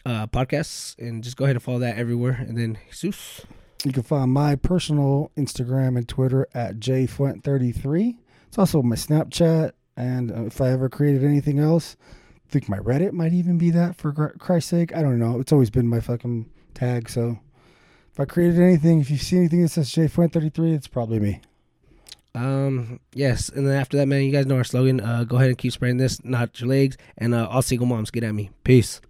uh, podcasts, and just go ahead and follow that everywhere. And then Jesus,
You can find my personal Instagram and Twitter at jflint33. It's also my Snapchat, and uh, if I ever created anything else, I think my Reddit might even be that for gr- Christ's sake. I don't know. It's always been my fucking tag. So if I created anything, if you see anything that says J Fran thirty three, it's probably me.
Um, yes, and then after that, man, you guys know our slogan. Uh, go ahead and keep spreading this. Not your legs, and uh, all single moms, get at me. Peace.